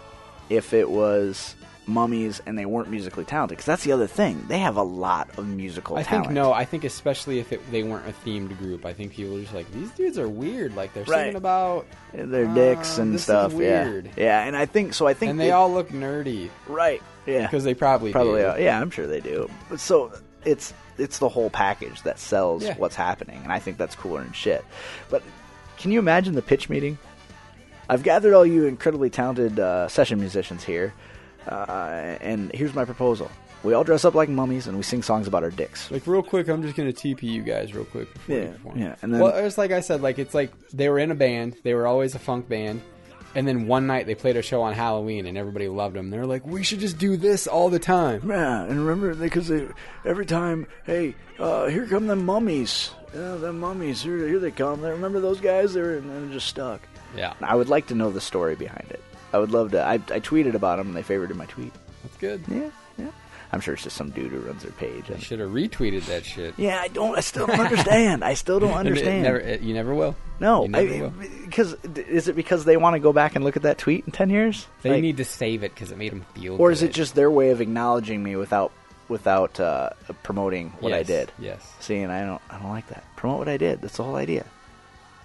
if it was mummies and they weren't musically talented? Because that's the other thing. They have a lot of musical I talent. think no. I think especially if it, they weren't a themed group, I think people are just like these dudes are weird. Like they're Right. singing about their dicks Uh, and this is stuff. weird. Yeah, yeah, and I think so. I think and they that- all look nerdy right. Yeah, because they probably probably do. are. yeah, I'm sure they do. But So it's it's the whole package that sells Yeah. what's happening, and I think that's cooler than shit. But can you imagine the pitch meeting? I've gathered all you incredibly talented uh, session musicians here, uh, and here's my proposal. We all dress up like mummies and we sing songs about our dicks. Like real quick, I'm just gonna TP you guys real quick. Before Yeah, you perform. yeah, and then- well, it's like I said, like it's like they were in a band. They were always a funk band, and then one night they played a show on Halloween, and everybody loved them. They're like, we should just do this all the time. Yeah, and remember because they, every time, hey, uh, here come the mummies, uh, the mummies, here, here they come. Remember those guys? They were and they're just stuck. Yeah, I would like to know the story behind it. I would love to. I, I tweeted about them and they favorited my tweet. that's good. Yeah, yeah. I'm sure it's just some dude who runs their page. I And, should have retweeted that shit. yeah, I don't. I still don't understand. I still don't And it understand. never- it- you never will. no, you never I will. because is it because they want to go back and look at that tweet in ten years? They Like- need to save it because it made them feel. or is good. it just their way of acknowledging me without without uh, promoting what I Yes, did? Yes. See, and I don't, I don't like that. Promote what I did. That's the whole idea.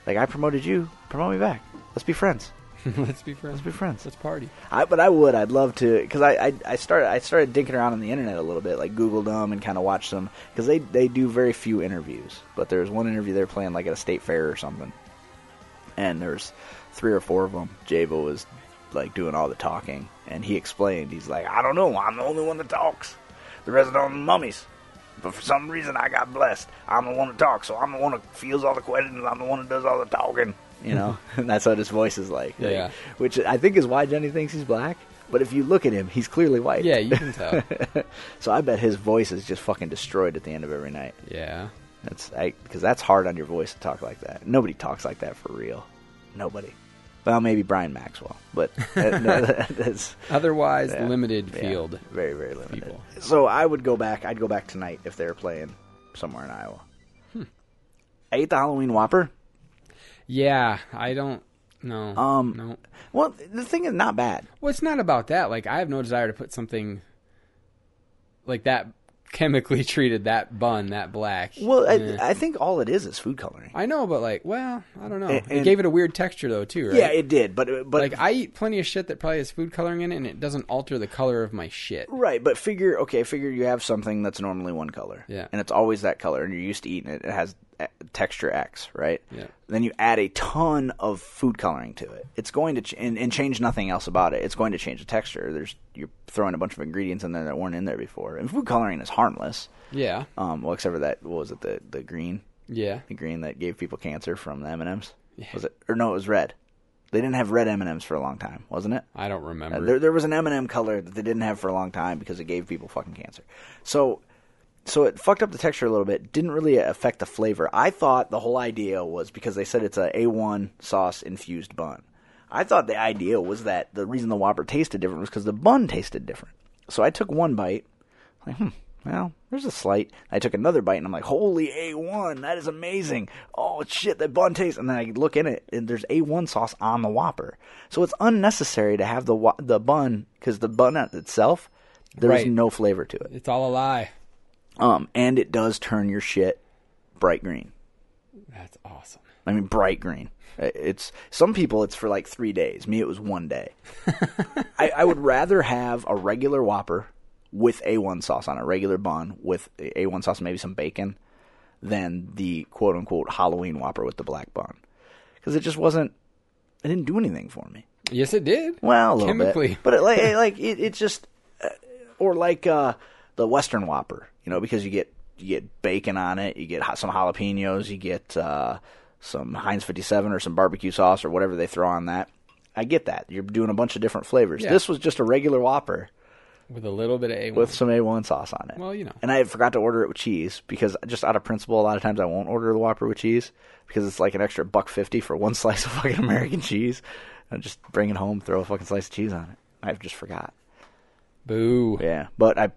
Like I promoted you, promote me back. Let's be friends. Let's be friends. Let's be friends. Let's party. I, but I would. I'd love to because I, I I started I started dinking around on the internet a little bit, like Googled them and kind of watched them because they they do very few interviews. But there was one interview they're playing like at a state fair or something, and there's three or four of them. Jabo was like doing all the talking, and he explained. He's like, I don't know. I'm the only one that talks. The rest of them are mummies. But for some reason, I got blessed. I'm the one that talks, so I'm the one that feels all the questions. I'm the one that does all the talking. You know, and that's what his voice is like. Like, Yeah. Which I think is why Jenny thinks he's black. But if you look at him, he's clearly white. Yeah, you can tell. so I bet his voice is just fucking destroyed at the end of every night. yeah. That's because that's hard on your voice to talk like that. Nobody talks like that for real. Nobody. Well, maybe Brian Maxwell, but uh, no, that's Otherwise, yeah, limited yeah, field. very, very limited. people. So I would go back. I'd go back tonight if they're playing somewhere in Iowa. Hmm. I ate the Halloween Whopper. Yeah, I don't. No. Um, No. Well, the thing is not bad. Well, it's not about that. Like, I have no desire to put something like that chemically treated that bun that black. Well, Eh. I, I think all it is is food coloring. I know, but like, well, I don't know. And- it and- gave it a weird texture though, too. Right? Yeah, it did, but but like I eat plenty of shit that probably has food coloring in it, and it doesn't alter the color of my shit. Right, but figure okay, figure you have something that's normally one color, Yeah. and it's always that color, and you're used to eating it. It has a- texture X, right? Yeah. Then you add a ton of food coloring to it. It's going to ch- and, and change nothing else about it. It's going to change the texture. There's you're throwing a bunch of ingredients in there that weren't in there before, and food coloring is harmless. Yeah, Um, well, except for that, what was it the the green yeah. the green that gave people cancer from the M and M's? Was it or no? It was red. They didn't have red M and M's for a long time, wasn't it? I don't Uh, remember. there, there was an M&M color that they didn't have for a long time because it gave people fucking cancer. So, so it fucked up the texture a little bit. Didn't really affect the flavor. I thought the whole idea was because they said it's a A1 sauce infused bun. I thought the idea was that the reason the Whopper tasted different was because the bun tasted different. So I took one bite. Like, hmm, well, there's a slight. I took another bite and I'm like, holy A1, that is amazing. Oh, shit, that bun tastes. And then I look in it and there's A1 sauce on the Whopper. So it's unnecessary to have the wa- the bun because the bun itself, there's Right. no flavor to it. it's all a lie. Um, and it does turn your shit bright green. That's awesome. I mean, bright green. I- It's some people. It's for like three days. Me, it was one day. I, I would rather have a regular Whopper with A1 sauce on it, regular bun with A1 sauce, maybe some bacon, than the quote unquote Halloween Whopper with the black bun, because it just wasn't. It didn't do anything for me. Yes, it did. Well, a little chemically, bit, but it, like, it, like it, it just, uh, or like uh, the Western Whopper, you know, because you get you get bacon on it, you get hot, some jalapenos, you get uh, some Heinz 57 or some barbecue sauce or whatever they throw on that. I get that you're doing a bunch of different flavors. Yeah. This was just a regular Whopper with a little bit of a with some A1 sauce on it. Well, you know. and I forgot to order it with cheese because just out of principle, a lot of times I won't order the Whopper with cheese because it's like an extra buck fifty for one slice of fucking American cheese. I just bring it home, throw a fucking slice of cheese on it. I've just forgot. boo. Yeah, but I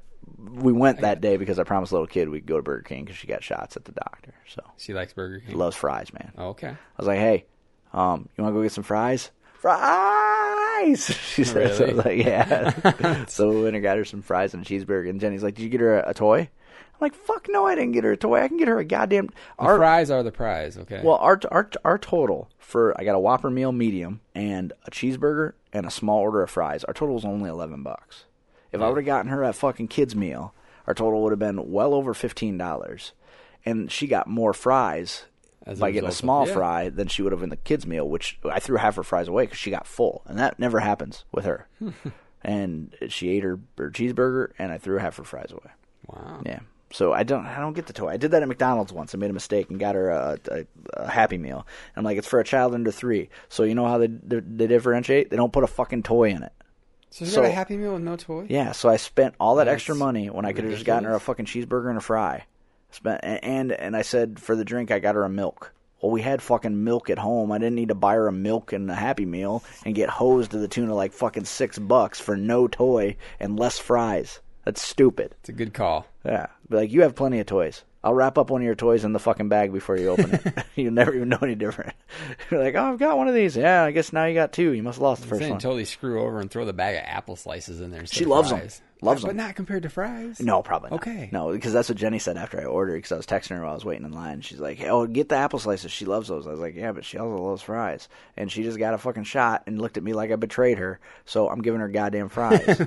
we went that day because I promised little kid we'd go to Burger King because she got shots at the doctor. So She likes Burger King. loves fries, man. Okay. I was like, hey, um, you want to go get some fries? Fries! She said, so I was like, yeah. so we went and got her some fries and a cheeseburger. And Jenny's like, did you get her a, a toy? I'm like, fuck no, I didn't get her a toy. I can get her a goddamn. The Our, fries are the prize. Okay. well, our, our, our total for, I got a Whopper meal medium and a cheeseburger and a small order of fries. Our total was only 11 bucks. If I would have gotten her a fucking kids meal, our total would have been well over $15. And she got more fries As by getting a result of- small yeah. fry than she would have in the kids' meal, which I threw half her fries away because she got full, and that never happens with her. and she ate her, her cheeseburger, and I threw half her fries away. Wow. Yeah, so I don't, I don't get the toy. I did that at McDonald's once. I made a mistake and got her a, a, a Happy Meal. And I'm like, it's for a child under three. So you know how they they, they differentiate? They don't put a fucking toy in it. So she so- got a Happy Meal with no toy. Yeah, so I spent all that That's extra money when I could have just gotten her a fucking cheeseburger and a fry. Spent and, and and I said for the drink I got her a milk. Well, we had fucking milk at home. I didn't need to buy her a milk and a Happy Meal and get hosed to the tune of like fucking six bucks for no toy and less fries. That's stupid. It's a good call. Yeah, Be like you have plenty of toys. I'll wrap up one of your toys in the fucking bag before you open it. You'll never even know any different. You're like, oh, I've got one of these. Yeah, I guess now you got two. You must have lost the First first one. totally screw over and throw the bag of apple slices in there. instead She of loves 'em. fries. Loves Yeah, 'em. but not compared to fries. No, probably not. Okay. No, because that's what Jenny said after I ordered. Because I was texting her while I was waiting in line. She's like, "Oh, get the apple slices. She loves those." I was like, "Yeah, but she also loves fries." And she just got a fucking shot and looked at me like I betrayed her. So I'm giving her goddamn fries.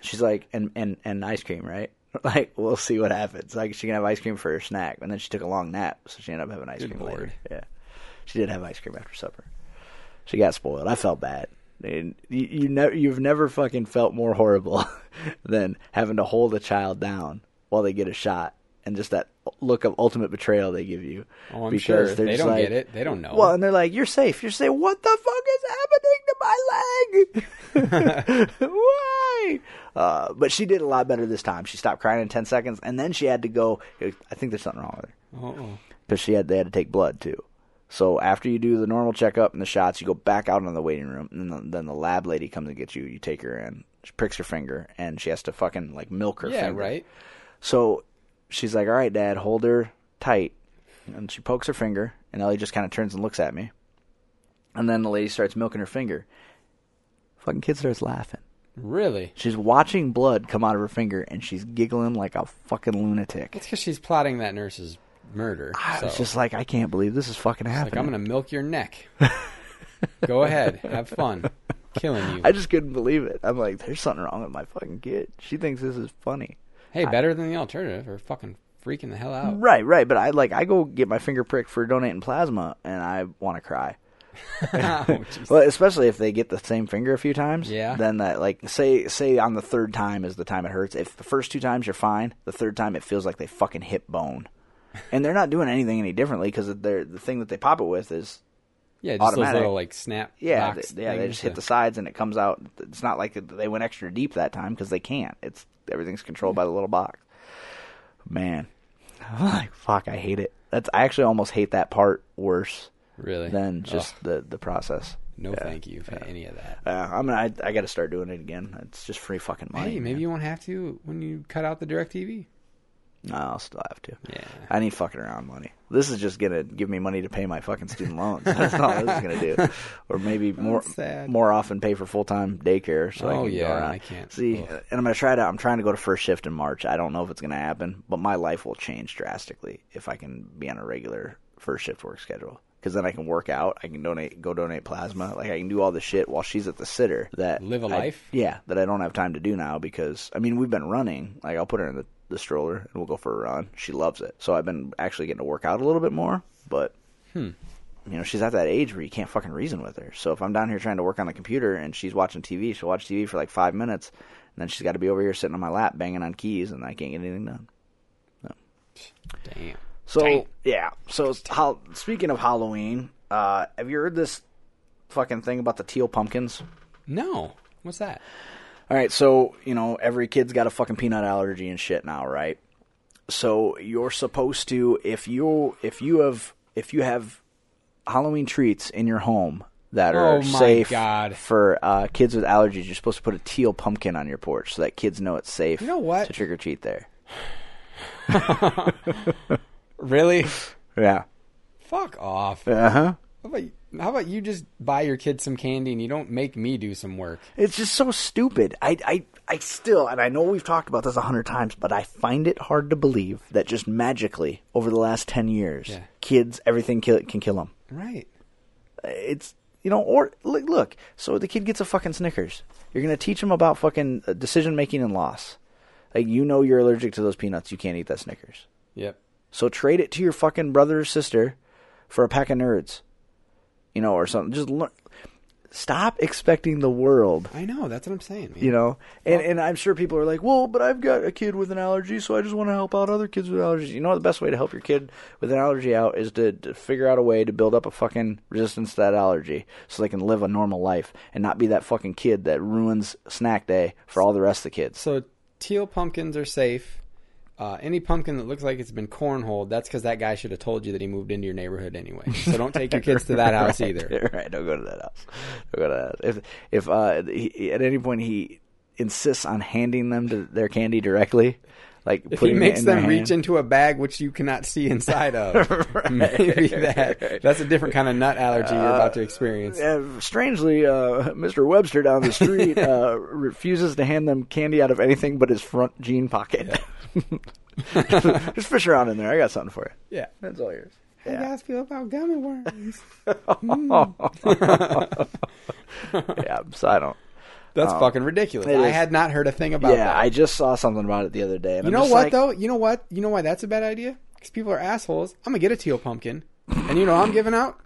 She's like, "And and and ice cream, right?" Like we'll see what happens. Like she can have ice cream for her snack, and then she took a long nap, so she ended up having ice Good cream lord. later. Yeah, she did have ice cream after supper. She got spoiled. I felt bad. And you, you never, you've never fucking felt more horrible than having to hold a child down while they get a shot and just that look of ultimate betrayal they give you. Oh, I'm because sure. they're They just don't like- get it. They don't know. Well, and they're like, "You're safe." You're saying, "What the fuck is happening to my leg? Why?" Uh, but she did a lot better this time. She stopped crying in ten seconds, and then she had to go. I think there's something wrong with her Uh-oh. because she had they had to take blood too. So after you do the normal checkup and the shots, you go back out into the waiting room, and then the, then the lab lady comes and gets you. You take her in, she pricks her finger, and she has to fucking like milk her. Yeah, finger. right. So she's like, "All right, Dad, hold her tight," and she pokes her finger, and Ellie just kind of turns and looks at me, and then the lady starts milking her finger. Fucking kid starts laughing. Really? She's watching blood come out of her finger, and she's giggling like a fucking lunatic. It's because she's plotting that nurse's murder. I so. was just like, I can't believe this is fucking like, happening. I'm gonna milk your neck. Go ahead, have fun, killing you. I just couldn't believe it. I'm like, there's something wrong with my fucking kid. She thinks this is funny. hey, better than the alternative, or fucking freaking the hell out. Right, right. But I like, I go get my finger pricked for donating plasma, and I want to cry. Oh, geez. Well, especially if they get the same finger a few times. Yeah. Then that, like, say, say on the third time is the time it hurts. If the first two times you're fine, the third time it feels like they fucking hit bone, and they're not doing anything any differently because they're the thing that they pop it with is yeah, just those automatic. little like snap. Yeah, box they, yeah, they things just hit to- the sides and it comes out. It's not like they went extra deep that time because they can't. It's everything's controlled by the little box. Man, I'm like fuck, I hate it. That's I actually almost hate that part worse Really? than just Ugh, the the process. no, thank you for any of that. Uh, I'm gonna, I, I got to start doing it again. It's just free fucking money. Hey, maybe you won't have to when you cut out the direct TV. No, I'll still have to. Yeah. I need fucking around money. This is just gonna give me money to pay my fucking student loans. That's all this is gonna do. Or maybe more sad. more often pay for full time daycare. So I Oh, can go yeah, around. I can't. see. Ugh. And I'm gonna try to. I'm trying to go to first shift in March. I don't know if it's gonna happen, but my life will change drastically if I can be on a regular first shift work schedule. Because then I can work out. I can donate, go donate plasma. Like I can do all this shit while she's at the sitter. That Live a I- life? yeah, that I don't have time to do now because I mean we've been running. Like I'll put her in the, the stroller and we'll go for a run. She loves it. So I've been actually getting to work out a little bit more, but you know, she's at that age where you can't fucking reason with her. So if I'm down here trying to work on the computer and she's watching TV, she'll watch TV for like five minutes and then she's gotta be over here sitting on my lap banging on keys and I can't get anything done. Damn. So yeah. So it's hol- speaking of Halloween, uh, have you heard this fucking thing about the teal pumpkins? No. What's that? All right, so you know every kid's got a fucking peanut allergy and shit now, right? So you're supposed to if you if you have if you have Halloween treats in your home that are Oh my safe God. for uh, kids with allergies, you're supposed to put a teal pumpkin on your porch so that kids know it's safe. You know what? To trick or treat there. Really? Yeah. Fuck off. Uh huh. How about, how about you just buy your kids some candy and you don't make me do some work? It's just so stupid. I, I, I still, and I know we've talked about this a hundred times, but I find it hard to believe that just magically over the last ten years, Yeah. kids, everything kill, can kill them. Right. It's you know, or look, look. So the kid gets a fucking Snickers. You're gonna teach him about fucking uh, decision making and loss. Like you know, you're allergic to those peanuts. You can't eat that Snickers. Yep. So trade it to your fucking brother or sister for a pack of nerds, you know, or something. Just learn. Stop expecting the world I know. That's what I'm saying. Man. you know and and i'm sure people are like well but i've got a kid with an allergy so i just want to help out other kids with allergies you know what the best way to help your kid with an allergy out is to, to figure out a way to build up a fucking resistance to that allergy so they can live a normal life and not be that fucking kid that ruins snack day for all the rest of the kids So teal pumpkins are safe. Uh, any pumpkin that looks like it's been cornholed, that's because that guy should have told you that he moved into your neighborhood anyway. So don't take your kids to that house either. right don't go to that house don't go to that house if if uh he, at any point he insists on handing them to their candy directly like If he putting it makes in their them reach hand. into a bag which you cannot see inside of, maybe that that's a different kind of nut allergy you're about to experience. Uh, strangely, uh, Mr. Webster down the street uh, refuses to hand them candy out of anything but his front jean pocket. Just fish around in there. I got something for you. Yeah. That's all yours. How do you guys feel about gummy worms? Yeah, so I don't. That's fucking ridiculous. Oh. it I is. had not heard a thing about Yeah, that. I just saw something about it the other day. And I'm you know just what like, though? You know what? You know why that's a bad idea? Because people are assholes. I'm gonna get a teal pumpkin, and you know what I'm giving out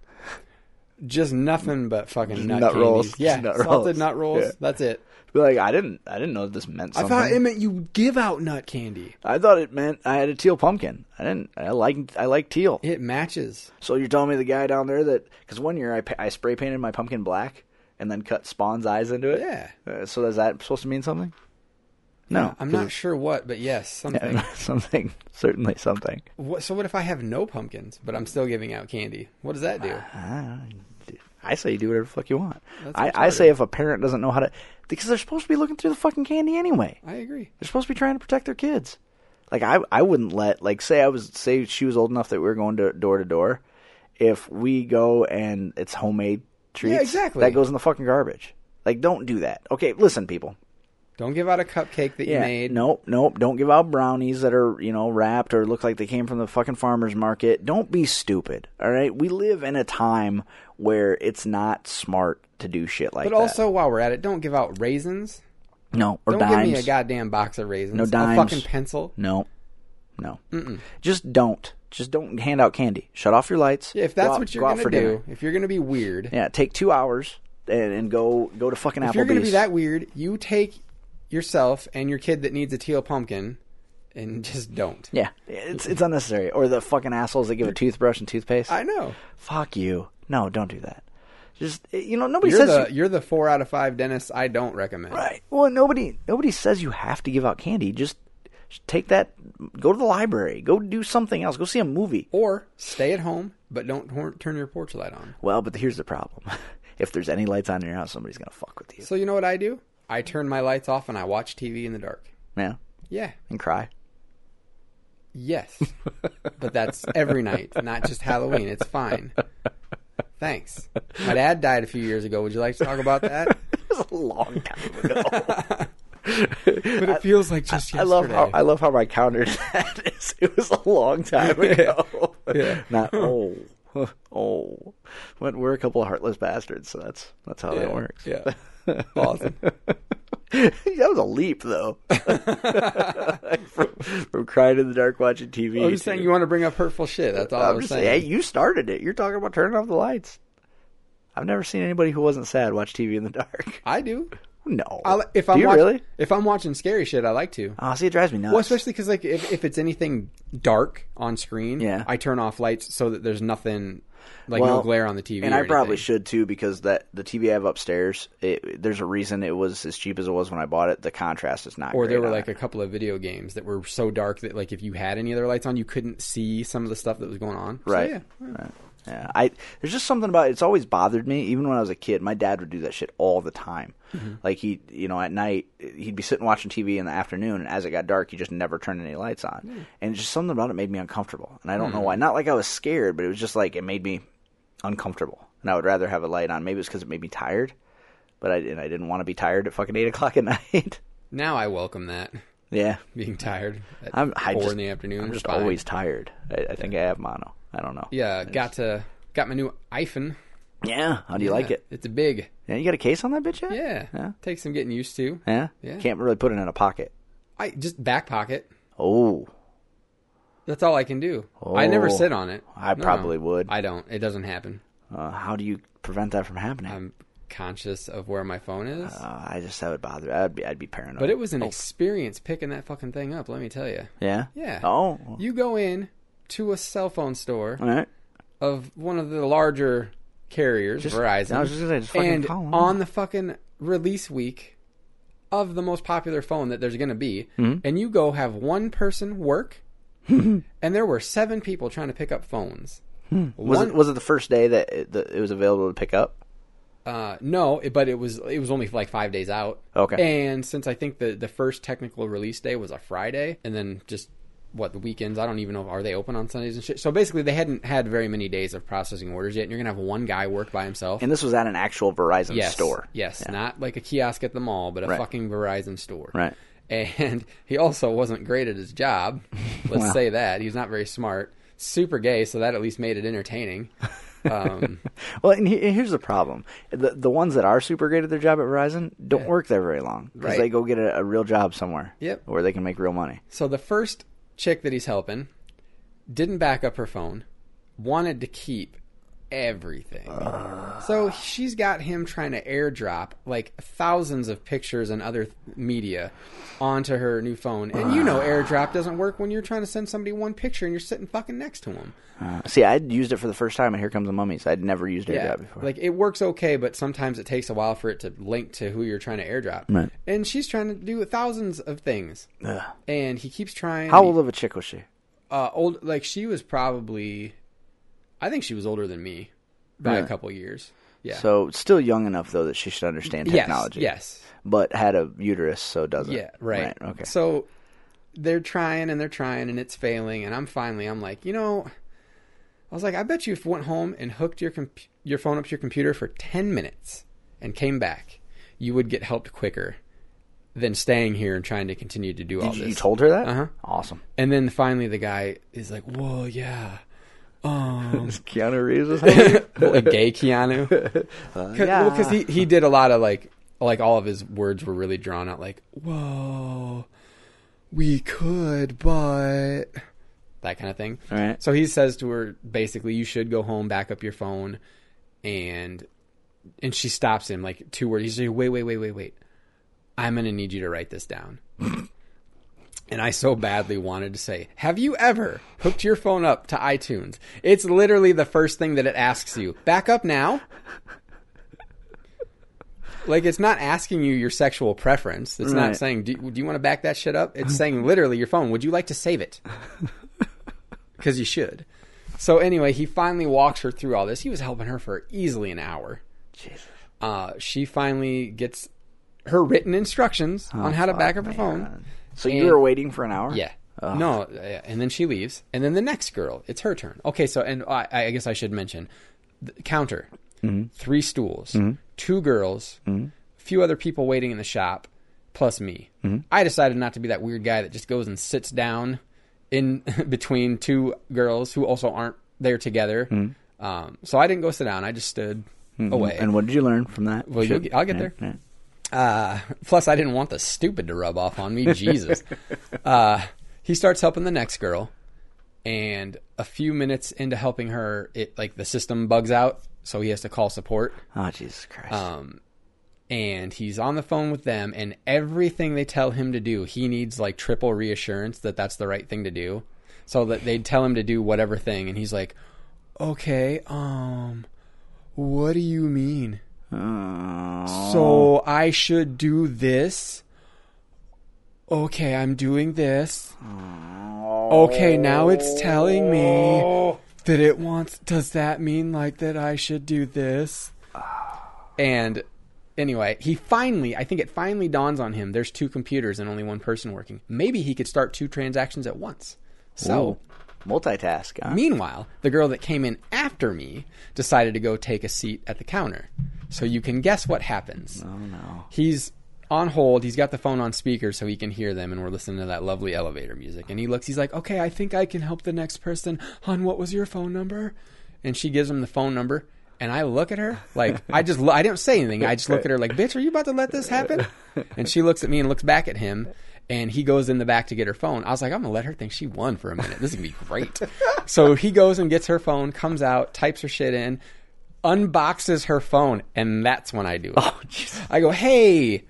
just nothing but fucking nut nut, candies. rolls. Yeah, Just nut salted rolls. nut rolls. Yeah. That's it. like I didn't, I didn't know this meant I something. thought it meant you give out nut candy. I thought it meant I had a teal pumpkin. I didn't. I like, I like teal. It matches. So you're telling me the guy down there that because one year I, pa- I spray painted my pumpkin black and then cut Spawn's eyes into it. Yeah. Uh, so is that supposed to mean something? No, I'm 'cause not sure what, but yes, something. it's- something certainly something. What, so what if I have no pumpkins, but I'm still giving out candy? What does that do? Ah. I say you do whatever the fuck you want. That's I, I retarded. say if a parent doesn't know how to, because they're supposed to be looking through the fucking candy anyway. I agree. They're supposed to be trying to protect their kids. Like I, I wouldn't let like say I was say she was old enough that we were going to door to door. If we go and it's homemade treats, exactly. that goes in the fucking garbage. Like don't do that. Okay, listen, people. Don't give out a cupcake that you made. Nope, nope. Don't give out brownies that are, you know, wrapped or look like they came from the fucking farmer's market. Don't be stupid. All right. We live in a time where it's not smart to do shit like But that. also, while we're at it, don't give out raisins. no, or don't dimes. give me a goddamn box of raisins. No A dimes. fucking pencil. No, no. Just don't. Just don't hand out candy. Shut off your lights. Yeah, if Go that's out- what you're go out gonna for do, dinner. if you're gonna be weird, yeah, take two hours and, and go go to fucking if Applebee's. you're gonna be that weird, you take yourself and your kid that needs a teal pumpkin, and just don't. yeah, it's it's unnecessary. Or the fucking assholes that give a toothbrush and toothpaste. I know. Fuck you. No, don't do that. Just you know, nobody You're says the you- you're the four out of five dentists I don't recommend. Right. Well, nobody nobody says you have to give out candy. Just take that. Go to the library. Go do something else. Go see a movie. Or stay at home, but don't tor- turn your porch light on. Well, but here's the problem. if there's any lights on in your house, somebody's gonna fuck with you. So you know what I do? I turn my lights off and I watch TV in the dark. Yeah. Yeah. And cry. Yes. but that's every night, not just Halloween. It's fine. Thanks. My dad died a few years ago. Would you like to talk about that? It was a long time ago. But it feels like just I love how I love how my counter to that is. It was a long time ago. Not oh oh. When we're a couple of heartless bastards, so that's that's how that works. Yeah. Awesome. that was a leap, though. from, from crying in the dark watching TV. I'm just to- saying you want to bring up hurtful shit. That's all I'm I'm, just saying, saying. hey, you started it. You're talking about turning off the lights. I've never seen anybody who wasn't sad watch TV in the dark. I do. No. I, li- if Do I'm you watch- really? if I'm watching scary shit, I like to. Oh, see, it drives me nuts. Well, especially because like if, if it's anything dark on screen, Yeah. I turn off lights so that there's nothing like Well, no glare on the TV. And or I probably anything. should too because that the TV I have upstairs, it, there's a reason it was as cheap as it was when I bought it. The contrast is not. Or great there were on like it. a couple of video games that were so dark that like if you had any other lights on, you couldn't see some of the stuff that was going on. So, Right. yeah. Yeah, I there's just something about it. it's always bothered me. Even when I was a kid, my dad would do that shit all the time. Mm-hmm. Like he, you know, at night he'd be sitting watching TV in the afternoon, and as it got dark, he just never turned any lights on. And just something about it made me uncomfortable, and I don't know Mm-hmm. why. Not like I was scared, but it was just like it made me uncomfortable, and I would rather have a light on. Maybe it's because it made me tired, but I and I didn't want to be tired at fucking eight o'clock at night. Now I welcome that yeah, being tired at I'm I four just, in the afternoon. I'm just fine. always tired. I, I think I have mono. I don't know. yeah. Got to got my new iPhone. yeah. How do you like it? It's a big Yeah, you got a case on that bitch yet? yeah. Takes some getting used to. Yeah? Yeah. Can't really put it in a pocket. I just back pocket. Oh. That's all I can do. I never Oh. sit on it. I probably would. I don't. It doesn't happen. Uh, how do you prevent that from happening? I'm conscious of where my phone is. uh, oh. I just that would bother. I'd be I'd be paranoid. but it was an experience picking that fucking thing up, let me tell you. yeah Yeah. oh You go in to a cell phone store all right of one of the larger carriers, Just- Verizon. I was just gonna say, just fucking and call 'em. on the fucking release week of the most popular phone that there's going to be, Mm-hmm. and you go have one person work, and there were seven people trying to pick up phones. Hmm. was One- it was it the first day that it, that it was available to pick up? Uh, no, it- but it was it was only like five days out. Okay. And since I think the the first technical release day was a Friday, and then just what the weekends, I don't even know are they open on Sundays and shit. So basically, they hadn't had very many days of processing orders yet, and you're gonna have one guy work by himself. And this was at an actual Verizon yes, store. Yes, not like a kiosk at the mall, but a Right. fucking Verizon store. Right. And he also wasn't great at his job. Let's say that he's not very smart. Super gay, so that at least made it entertaining. Um, Well, and he- and here's the problem: the the ones that are super great at their job at Verizon don't work there very long because Right. they go get a, a real job somewhere. Yep. Where they can make real money. So the first chick that he's helping didn't back up her phone, wanted to keep everything. so she's got him trying to airdrop like thousands of pictures and other th- media onto her new phone. And you know, airdrop doesn't work when you're trying to send somebody one picture and you're sitting fucking next to them. See, I'd used it for the first time, and here comes the mummies. I'd never used AirDrop before. Like it works okay, but sometimes it takes a while for it to link to who you're trying to airdrop. Right. And she's trying to do thousands of things. Ugh. And he keeps trying. How old of a chick was she? Uh, old like she was probably, I think she was older than me by a Really? couple years. Yeah. So still young enough though that she should understand Yes, technology. Yes. But had a uterus, so doesn't. Yeah. Right. okay. So they're trying and they're trying and it's failing and I'm finally I'm like you know. I was like, I bet you if you went home and hooked your comp- your phone up to your computer for ten minutes and came back, you would get helped quicker than staying here and trying to continue to do all Did you, this. you told her that? Uh-huh. Awesome. and then finally, the guy is like, "Whoa, yeah, um, Keanu Reeves was hungry. a gay Keanu." Cause, well, 'cause he he did a lot of like like all of his words were really drawn out, like "Whoa, we could, but." That kind of thing. All right. So he says to her, basically, you should go home, back up your phone, and and she stops him like two words. He's like, wait, wait, wait, wait, wait. I'm gonna need you to write this down. and I so badly wanted to say, have you ever hooked your phone up to iTunes? It's literally the first thing that it asks you. Back up now. Like it's not asking you your sexual preference. It's not Right. saying do, do you want to back that shit up. It's saying literally your phone. Would you like to save it? because you should. So anyway, he finally walks her through all this. He was helping her for easily an hour. Jesus. Uh, she finally gets her written instructions on how to back up her phone. So And- you were waiting for an hour? Yeah. No, yeah, and then she leaves, and then the next girl, it's her turn. Okay, so and I, I guess I should mention the counter, three stools, two girls, few other people waiting in the shop, plus me. I decided not to be that weird guy that just goes and sits down in between two girls who also aren't there together. Um, so I didn't go sit down. I just stood away. And what did you learn from that? Well, you'll get- I'll get Yeah, there. yeah. Uh, plus, I didn't want the stupid to rub off on me. Jesus. uh, he starts helping the next girl, and a few minutes into helping her, it like the system bugs out, so he has to call support. Oh, Jesus Christ. Um, and he's on the phone with them, and everything they tell him to do, he needs like triple reassurance that that's the right thing to do. So that they'd tell him to do whatever thing, and he's like, "Okay, um, what do you mean?" Oh. So I should do this. Okay, I'm doing this. Okay, now it's telling me that it wants. Does that mean like that I should do this? And anyway, he finally, I think it finally dawns on him there's two computers and only one person working. Maybe he could start two transactions at once. So. Ooh. multitask. Huh? Meanwhile, the girl that came in after me decided to go take a seat at the counter. So you can guess what happens. Oh no. He's on hold, he's got the phone on speaker so he can hear them and we're listening to that lovely elevator music. And he looks, he's like, "Okay, I think I can help the next person. Hon, what was your phone number?" And she gives him the phone number. And I look at her like I just lo- I don't say anything. I just look at her like, "Bitch, are you about to let this happen?" And she looks at me and looks back at him, and he goes in the back to get her phone. I was like, "I'm gonna let her think she won for a minute. This is gonna be great." so he goes and gets her phone, comes out, types her shit in, unboxes her phone, and that's when I do it. I go, "Hey,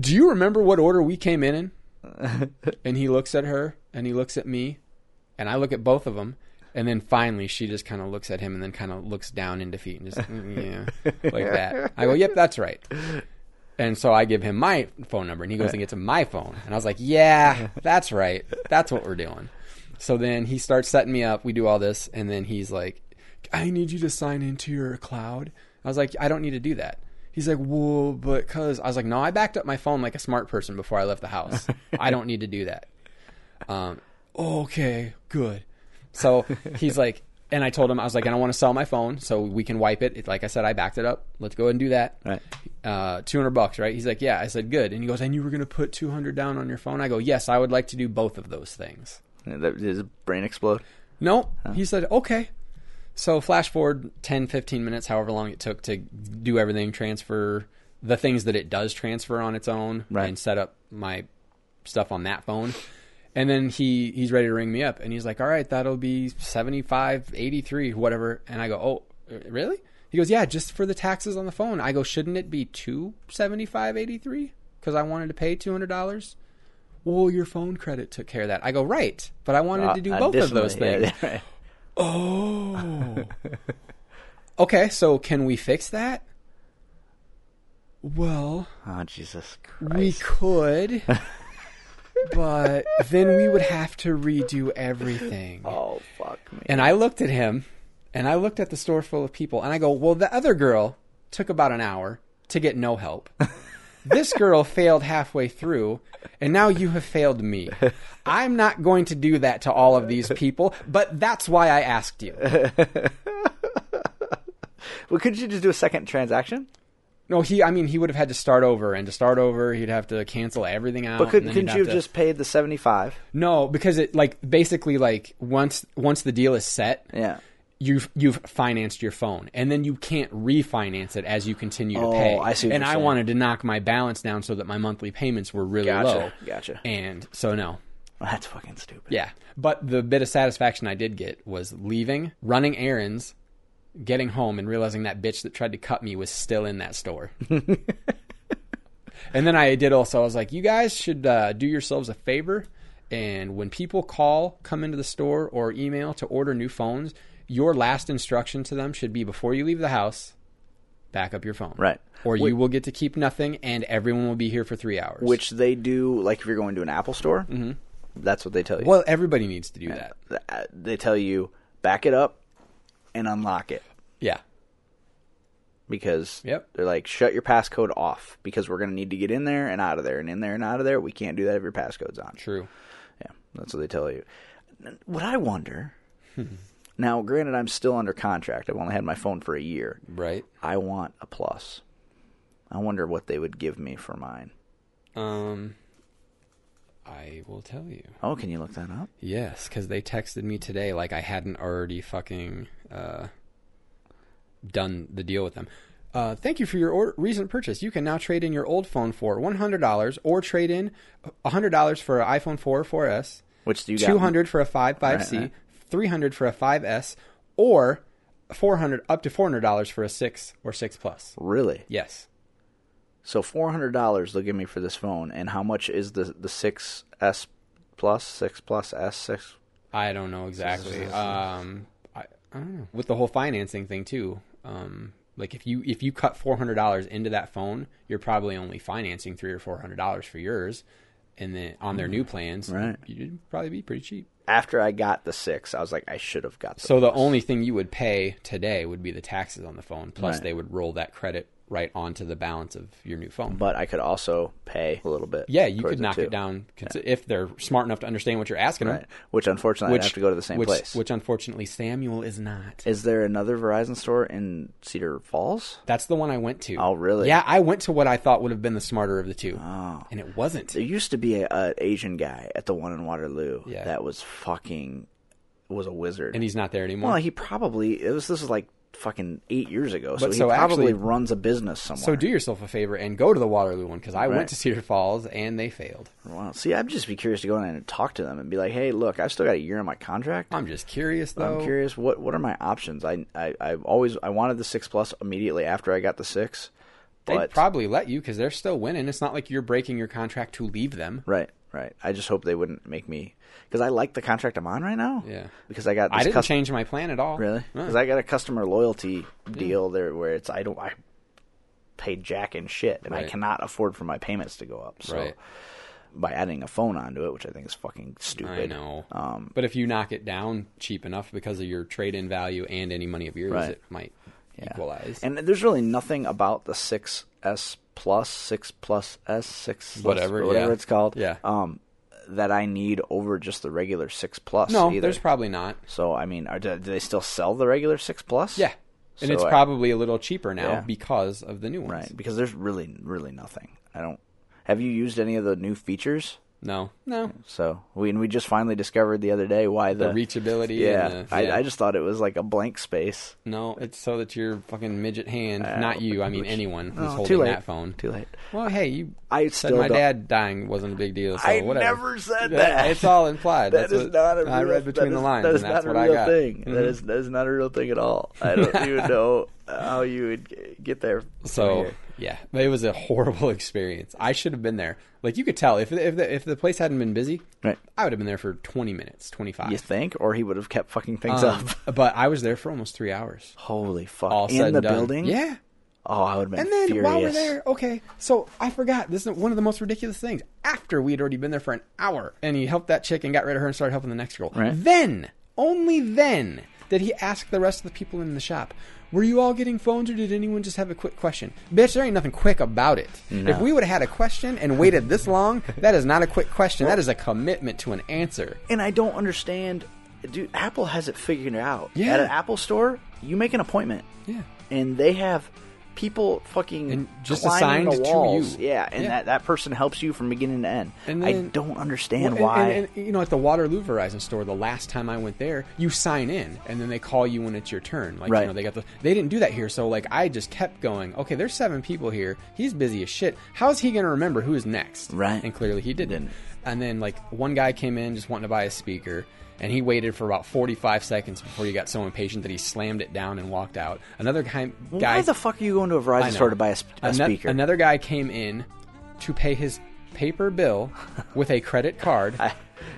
do you remember what order we came in in?" and he looks at her, and he looks at me, and I look at both of them, and then finally she just kind of looks at him, and then kind of looks down in defeat, and just mm, yeah, like that. I go, "Yep, that's right." And so I give him my phone number, and he goes and gets my phone, and I was like, "Yeah, that's right. That's what we're doing." So then he starts setting me up. We do all this, and then he's like, "I need you to sign into your cloud." I was like, "I don't need to do that." He's like, "Whoa, but cause." I was like, "No, I backed up my phone like a smart person before I left the house. I don't need to do that." Um, okay, good. So he's like, and I told him I was like, I don't want to sell my phone, so we can wipe it. It- Like I said, I backed it up. Let's go ahead and do that. Right. Uh, two hundred bucks, right? He's like, yeah. I said, good. And he goes, and you were going to put two hundred down on your phone? I go, yes. I would like to do both of those things. Did his brain explode? No. He said, okay. So flash forward 10, 15 minutes, however long it took to do everything, transfer the things that it does transfer on its own Right. and set up my stuff on that phone. And then he, he's ready to ring me up and he's like, all right, that'll be 75, 83, whatever. And I go, oh, really? He goes, yeah, just for the taxes on the phone. I go, shouldn't it be two seventy five eighty three? Because I wanted to pay two hundred dollars. Well, your phone credit took care of that. I go, right, but I wanted to do both of those Uh, Additionally, things. yeah, right. Oh. okay, so can we fix that? Well, Oh Jesus we Christ! could, but then we would have to redo everything. Oh fuck me! And I looked at him, and I looked at the store full of people, and I go, "Well, the other girl took about an hour to get no help. this girl failed halfway through, and now you have failed me. I'm not going to do that to all of these people, but that's why I asked you." Well, couldn't you just do a second transaction? Oh, No, he. I mean, he would have had to start over, and to start over, he'd have to cancel everything out. But and couldn't, then he'd couldn't you have to- just paid the seventy-five? No, because it like basically like once once the deal is set, Yeah. you've you've financed your phone, and then you can't refinance it as you continue to Oh, pay. I see what and you're I saying. wanted to knock my balance down so that my monthly payments were really Gotcha, low. gotcha. And so no, That's fucking stupid. yeah. But the bit of satisfaction I did get was leaving, running errands, getting home, and realizing that bitch that tried to cut me was still in that store. and then I did also, I was like, you guys should uh, do yourselves a favor. And when people call, come into the store, or email to order new phones, your last instruction to them should be before you leave the house, back up your phone. Right. Or Wait. you will get to keep nothing, and everyone will be here for three hours. Which they do, like if you're going to an Apple store, mm-hmm. that's what they tell you. well, everybody needs to do that. Th- They tell you back it up and unlock it Yeah. because Yep. they're like shut your passcode off because we're going to need to get in there and out of there and in there and out of there. We can't do that if your passcode's on. True. Yeah, that's what they tell you. N- What I wonder. Hmm. now, granted, I'm still under contract. I've only had my phone for a year. Right. I want a plus. I wonder what they would give me for mine. Um, I will tell you. Oh, can you look that up? Yes, because they texted me today like I hadn't already fucking uh, done the deal with them. Uh, thank you for your or- recent purchase. You can now trade in your old phone for one hundred dollars, or trade in hundred dollars for an iPhone four or 4S, Which do you got? two hundred for a five five Right, C, right. three hundred for a 5S, or four hundred up to four hundred dollars for a six or six plus. Really? Yes, So four hundred dollars they'll give me for this phone, and how much is the the six S plus six plus S six? I don't know exactly. Um, I, I don't know with the whole financing thing too. Um, like if you if you cut four hundred dollars into that phone, you're probably only financing three or four hundred dollars for yours, and then on their new plans, Mm-hmm. Right. you'd probably be pretty cheap. After I got the six, I was like, I should have got. The So the plus. only thing you would pay today would be the taxes on the phone, plus Right. they would roll that credit right onto the balance of your new phone. but I could also pay a little bit. yeah, you towards could knock two. it down consi- if they're smart enough to understand what you're asking Right. them. Which unfortunately, Which I'd have to go to the same which- place. Which unfortunately Samuel is not. is there another Verizon store in Cedar Falls? That's the one I went to. Oh, really? Yeah, I went to what I thought would have been the smarter of the two, oh. and it wasn't. There used to be a, a Asian guy at the one in Waterloo Yeah. that was fucking was a wizard. And he's not there anymore. well, he probably it was. This was like fucking eight years ago, so But he so probably actually- runs a business somewhere. so do yourself a favor and go to the Waterloo one because I Right. went to Cedar Falls and they failed. Wow. See, I'd just be curious to go in and talk to them and be like, "Hey, look, I've still got a year on my contract. I'm just curious though. I'm curious what what are my options? I I I've always I wanted the six plus immediately after I got the six, They'd but probably let you because they're still winning. It's not like you're breaking your contract to leave them. right, right. I just hope they wouldn't make me because I like the contract I'm on right now. Yeah. because I got this I didn't cus- change my plan at all. really Uh, because I got a customer loyalty deal there where it's I don't I pay jack and shit and I Right. cannot afford for my payments to go up. So Right. by adding a phone onto it, which I think is fucking stupid. I know. um, but if you knock it down cheap enough because of your trade in value and any money of yours, Right. it might Yeah. equalize. And there's really nothing about the 6S plus, 6 plus S, 6 plus, Whatever, or whatever yeah. it's called, Yeah. um, that I need over just the regular 6 plus no, either. there's probably not. so, I mean, are, do do they still sell the regular 6 plus? Yeah. And So it's I- probably a little cheaper now Yeah. because of the new ones. Right, because there's really, really nothing. I don't. Have you used any of the new features? No, no. So we and we just finally discovered the other day why the, The reachability. Yeah, and the- I, I just thought it was like a blank space. no. It's so that your fucking midget hand, not you. I mean anyone who's Oh, holding too late. that phone. Too late. Well, hey, you. I said still my don't- dad dying wasn't a big deal. So I whatever. never said Yeah, that. It's all implied. That that's is what not a real, I read between that the is- lines, That and is that's not what a I real got. Mm-hmm. thing. That is that is not a real thing at all. I don't even know how you would g- get there. So yeah, it was a horrible experience. I should have been there. Like you could tell if if the, if the place hadn't been busy, Right. I would have been there for twenty minutes, twenty five. you think, or he would have kept fucking things up. but I was there for almost three hours. Holy fuck! Um, All said In and the done. building, yeah. Oh, I would have been And then furious. while we're there, okay. So I forgot. This is one of the most ridiculous things. After we'd already been there for an hour, and he helped that chick and got rid of her and started helping the next girl. Right. Then, only then, did he ask the rest of the people in the shop, "Were you all getting phones, or did anyone just have a quick question?" Bitch, there ain't nothing quick about it. If we would have had a question and waited this long, that is not a quick question. that is a commitment to an answer. and I don't understand. Dude, Apple has it figured out. Yeah. At an Apple store, you make an appointment. Yeah. And they have people fucking And just climbing the assigned to walls. you. Yeah, and Yeah. That, that person helps you from beginning to end. And I then- don't understand Well, why. and- And, and, you know, at the Waterloo Verizon store, the last time I went there, you sign in and then they call you when it's your turn. Like, Right. you know, they got the they didn't do that here, so like I just kept going. Okay, there's seven people here. He's busy as shit. How is he going to remember who is next? Right. And clearly he didn't. Didn't. And then like one guy came in just wanting to buy a speaker. And he waited for about 45 seconds before he got so impatient that he slammed it down and walked out. Another guy, guy why the fuck are you going to a I Verizon know. store to buy a, sp- a Ano- speaker? Another guy came in to pay his paper bill with a credit card.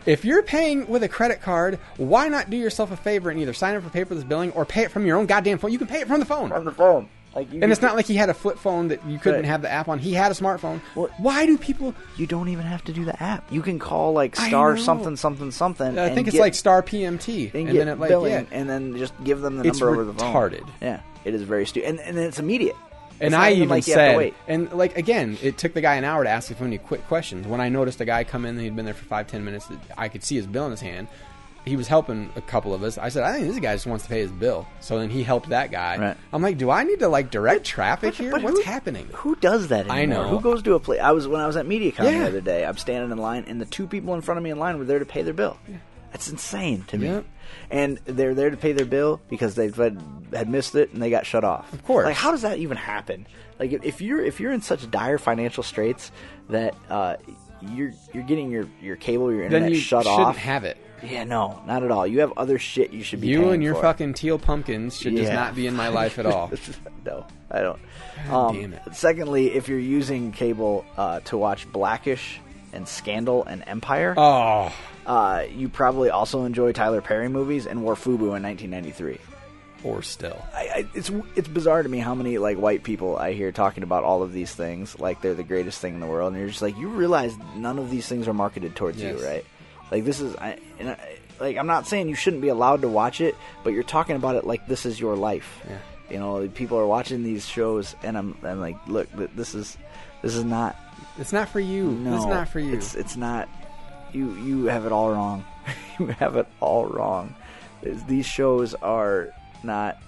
if you're paying with a credit card, why not do yourself a favor and either sign up for paperless billing or pay it from your own goddamn phone? You can pay it from the phone. on the phone. Like you, and it's not like he had a flip phone that you couldn't Right. have the app on. He had a smartphone. Well- Why do people? you don't even have to do the app. You can call like I star know. something something something. I and think it's get- like Star PMT, and, and, get then it like billing, yeah. and then just give them the It's number over the phone. retarded. Yeah, it is very stupid, and, and it's immediate. It's And not I even like you have to said, wait. and like again, it took the guy an hour to ask if any quick questions. When I noticed a guy come in, he'd been there for five, ten minutes. that I could see his bill in his hand. He was helping a couple of us. I said, I think this guy just wants to pay his bill. So then he helped that guy. Right. I'm like, do I need to like direct traffic But- here? but What's who- happening? Who does that? Anymore? I know. Who goes to a place? I was when I was at MediaCon Yeah. the other day. I'm standing in line, and the two people in front of me in line were there to pay their bill. That's insane to me. Yeah. And they're there to pay their bill because they had, had missed it and they got shut off. Of course. Like, how does that even happen? Like, if- if you're if you're in such dire financial straits that uh, you're you're getting your your cable, your internet Then you shut shouldn't off. have it. Yeah, no, not at all. You have other shit you should be. You paying and your for. fucking teal pumpkins should just Yeah. not be in my life at all. no, I don't. Um, God damn it. Secondly, if you're using cable uh, to watch Blackish and Scandal and Empire, oh, uh, you probably also enjoy Tyler Perry movies and War Fubu in 1993. or still. I, I, it's it's bizarre to me how many like white people I hear talking about all of these things like they're the greatest thing in the world, and you're just like you realize none of these things are marketed towards Yes. you, right? Like this is, I, and I, like I'm not saying you shouldn't be allowed to watch it, but you're talking about it like this is your life. Yeah. You know, people are watching these shows, and I'm I'm like, look, th- this is this is not It's not for you. no, it's not for you. It's it's not. You you have it all wrong. you have it all wrong. It's- These shows are not.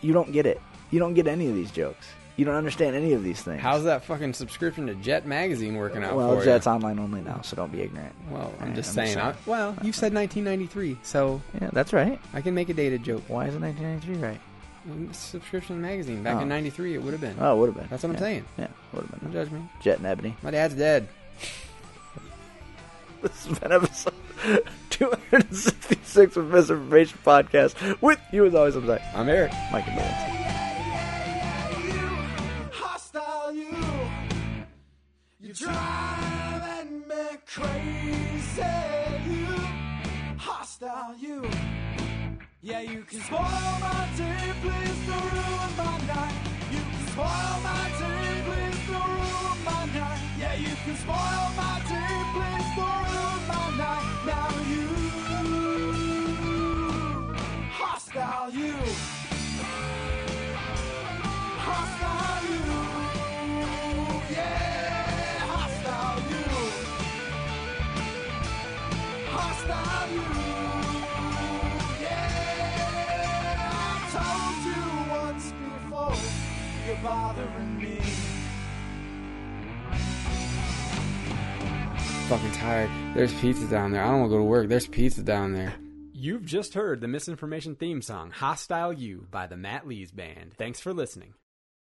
You don't get it. You don't get any of these jokes. You don't understand any of these things. How's that fucking subscription to Jet Magazine working out well, for Jet's you? online only now, so don't be ignorant. Well, Yeah, I'm just saying. I, well, you said 1993, so yeah, that's right. I can make a dated joke. Why is it 1993 right? Subscription magazine back Oh. in '93, it would have been. Oh, it would have been. That's what I'm Yeah. saying. Yeah, would have Don't been. judge me. Jet and Ebony. My dad's dead. This has been episode 266 of Misinformation Podcast. With you as always, I'm Zach. I'm Eric. Mike and Lance. hostile you. You're driving me crazy. You hostile you. Yeah, you can spoil my day, please don't ruin my night. You can spoil my day, please don't ruin my night. Yeah, you can spoil my day, please don't ruin my night. Now you hostile you. Hostile you, yeah, hostile you, hostile you, yeah. I told you once before, you're bothering me. fucking tired. There's pizza down there. I don't want to go to work. There's pizza down there. You've just heard the misinformation theme song, Hostile You, by the Matt Lees Band. Thanks for listening.